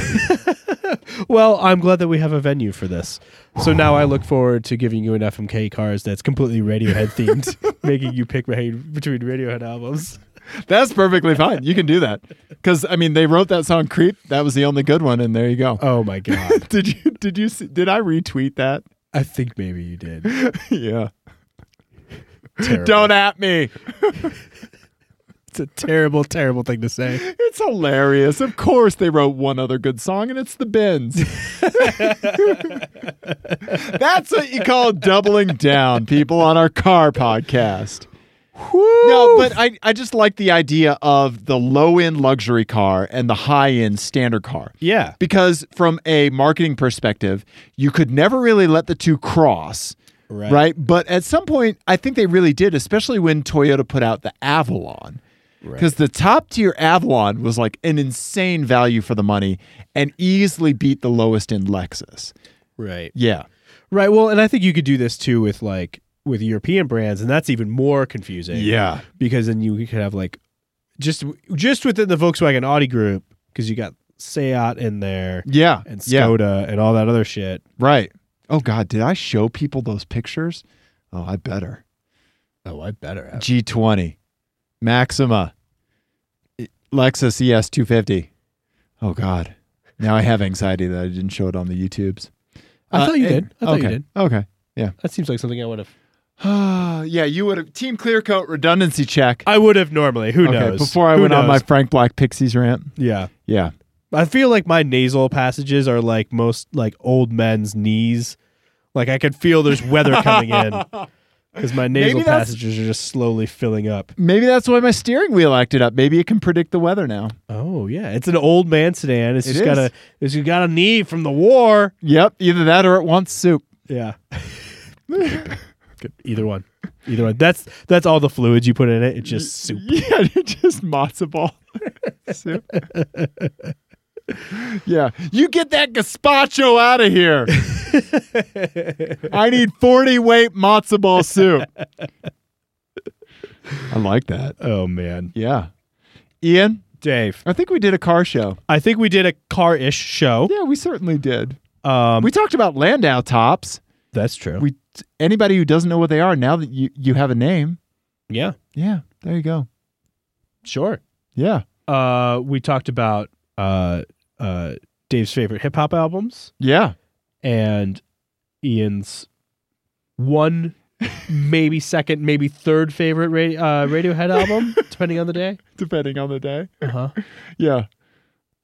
Speaker 3: Well, I'm glad that we have a venue for this. So now I look forward to giving you an FMK cars that's completely Radiohead
Speaker 2: [LAUGHS]
Speaker 3: themed, making you pick ra- between Radiohead albums.
Speaker 2: That's perfectly fine. You can do that. Cuz I mean, they wrote that song Creep. That was the only good one and there you go.
Speaker 3: Oh my god.
Speaker 2: Did you did you see, did I retweet that?
Speaker 3: I think maybe you did.
Speaker 2: [LAUGHS] yeah.
Speaker 3: Terrible.
Speaker 2: Don't at me.
Speaker 3: It's a terrible, terrible thing to say.
Speaker 2: It's hilarious. Of course, they wrote one other good song, and it's The Bends. That's what you call doubling down, people, on our car podcast. No, but I, I just like the idea of the low end luxury car and the high end standard car.
Speaker 6: Yeah.
Speaker 2: Because from a marketing perspective, you could never really let the two cross. Right. But at some point, I think they really did, especially when Toyota put out the Avalon. Because the top tier Avalon was like an insane value for the money and easily beat the lowest end Lexus.
Speaker 3: Right.
Speaker 2: Yeah.
Speaker 3: Right. Well, and I think you could do this too with like with European brands, and that's even more confusing.
Speaker 2: Yeah.
Speaker 3: Because then you could have like just just within the Volkswagen Audi group, because you got Seat in there
Speaker 2: Yeah.
Speaker 3: and
Speaker 2: yeah.
Speaker 3: Skoda and all that other shit.
Speaker 2: Right. Oh, God. Did I show people those pictures? Oh, I better.
Speaker 3: Oh, I better have.
Speaker 2: G20, Maxima, Lexus E ES250. Oh, God. Now I have anxiety that I didn't show it on the YouTubes.
Speaker 3: I thought you
Speaker 2: eh,
Speaker 3: did. I thought
Speaker 2: okay.
Speaker 3: you did.
Speaker 2: Okay.
Speaker 3: That seems like something I would have.
Speaker 2: [SIGHS] yeah, you would have. Team Clearcoat redundancy check.
Speaker 3: I would have normally. Who knows?
Speaker 2: Before I
Speaker 3: Who
Speaker 2: went on my
Speaker 3: knows?
Speaker 2: Frank Black Pixies rant.
Speaker 3: yeah.
Speaker 2: Yeah.
Speaker 3: I feel like my nasal passages are like most like old men's knees. Like I could feel there's weather coming [LAUGHS] in because my nasal
Speaker 2: that's-
Speaker 3: passages are just slowly filling up.
Speaker 2: Maybe that's why my steering wheel acted up. Maybe it can predict the weather now.
Speaker 3: Oh yeah, it's an old man sedan. It's
Speaker 2: It
Speaker 3: just got
Speaker 2: is.
Speaker 3: a it's just got a knee from the war.
Speaker 2: Yep. Either that or it wants soup. [LAUGHS]
Speaker 3: Yeah, Good. either one, either one. That's that's all the fluids you put in it. It's just
Speaker 2: [LAUGHS]
Speaker 3: soup.
Speaker 2: Yeah, just matzo ball soup. [LAUGHS] yeah, you get that gazpacho out of here. I need forty weight matzo ball soup. [LAUGHS] I like that.
Speaker 3: Oh man,
Speaker 2: Yeah, Ian,
Speaker 3: Dave.
Speaker 2: I think we did a car show.
Speaker 3: I think we did a car-ish show.
Speaker 2: Yeah, we certainly did.
Speaker 3: Um,
Speaker 2: We talked about Landau tops.
Speaker 3: that's true.
Speaker 2: We anybody who doesn't know what they are now that you you have a name.
Speaker 3: yeah,
Speaker 2: Yeah, there you go.
Speaker 3: sure.
Speaker 2: Yeah,
Speaker 3: uh, we talked about uh, uh, Dave's favorite hip hop albums
Speaker 2: yeah.
Speaker 3: and Ian's one, maybe second, maybe third favorite ra- uh, [LAUGHS] Radiohead album, depending on the day.
Speaker 2: Depending on the day.
Speaker 3: Uh-huh. It
Speaker 2: Yeah,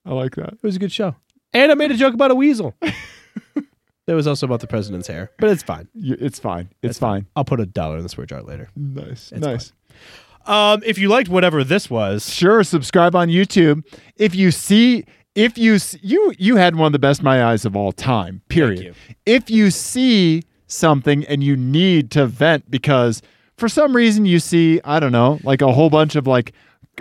Speaker 2: I like that.
Speaker 3: was a good show. And I made a joke about a weasel. [LAUGHS] that was also about the president's hair, but it's fine.
Speaker 2: You- It's fine. It's
Speaker 3: That's
Speaker 2: fine.
Speaker 3: I'll put a dollar in the swear jar later.
Speaker 2: Nice.
Speaker 3: It's
Speaker 2: nice.
Speaker 3: Um, if you liked whatever this was,
Speaker 2: Sure. Subscribe on YouTube. If you see, if you s- you you had one of the best my eyes of all time. Period. If you see something and you need to vent because for some reason you see I don't know like a whole bunch of like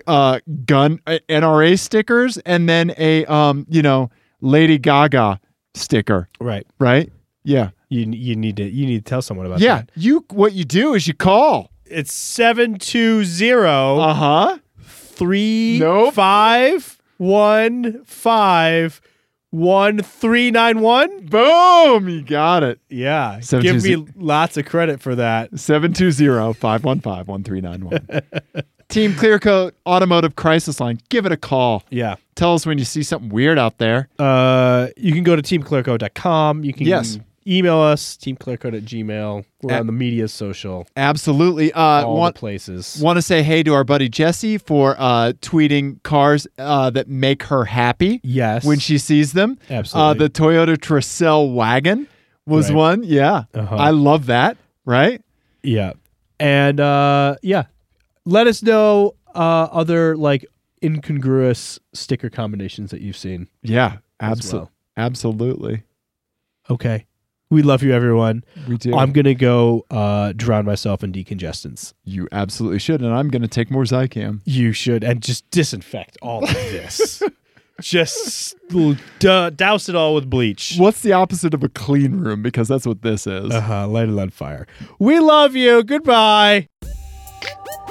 Speaker 2: uh gun uh, NRA stickers and then a um you know Lady Gaga sticker
Speaker 3: right?
Speaker 2: right yeah
Speaker 3: You you need to you need to tell someone about
Speaker 2: yeah
Speaker 3: that.
Speaker 2: you what you do is you call
Speaker 3: It's seven two zero.
Speaker 2: uh huh
Speaker 3: three
Speaker 2: Nope.
Speaker 3: five one five one three nine one.
Speaker 2: boom you got it
Speaker 3: Yeah,
Speaker 2: Seven
Speaker 3: give
Speaker 2: two
Speaker 3: me lots of credit for that.
Speaker 2: 720-515-1391. Team Clearcoat Automotive Crisis Line. Give it a call.
Speaker 3: Yeah,
Speaker 2: Tell us when you see something weird out there.
Speaker 3: uh, you can go to teamclerco.com. You can
Speaker 2: Yes.
Speaker 3: email us teamclerco at gmail. We're
Speaker 2: At-
Speaker 3: on the media, social,
Speaker 2: Absolutely. Uh,
Speaker 3: all
Speaker 2: want
Speaker 3: the places.
Speaker 2: want to say hey to our buddy Jesse for uh, tweeting cars uh, that make her happy
Speaker 3: yes,
Speaker 2: when she sees them. Uh,
Speaker 3: absolutely
Speaker 2: the Toyota Tercel wagon was
Speaker 3: Right.
Speaker 2: one. Yeah,
Speaker 3: Uh-huh.
Speaker 2: I love that. Right?
Speaker 3: yeah, and uh, yeah, let us know uh, other like incongruous sticker combinations that you've seen.
Speaker 2: Yeah,
Speaker 3: as
Speaker 2: absolutely.
Speaker 3: well.
Speaker 2: Absolutely.
Speaker 3: Okay. We love you, everyone.
Speaker 2: We do.
Speaker 3: I'm going to go uh, drown myself in decongestants.
Speaker 2: you absolutely should, and I'm going to take more Zycam.
Speaker 3: You should. And just disinfect all of [LAUGHS] this. just l- d- douse it all with bleach.
Speaker 2: What's the opposite of a clean room? Because
Speaker 3: Uh-huh,
Speaker 2: that's what this is.
Speaker 3: Uh huh. Light it on fire. We love you. Goodbye.
Speaker 7: Thank you.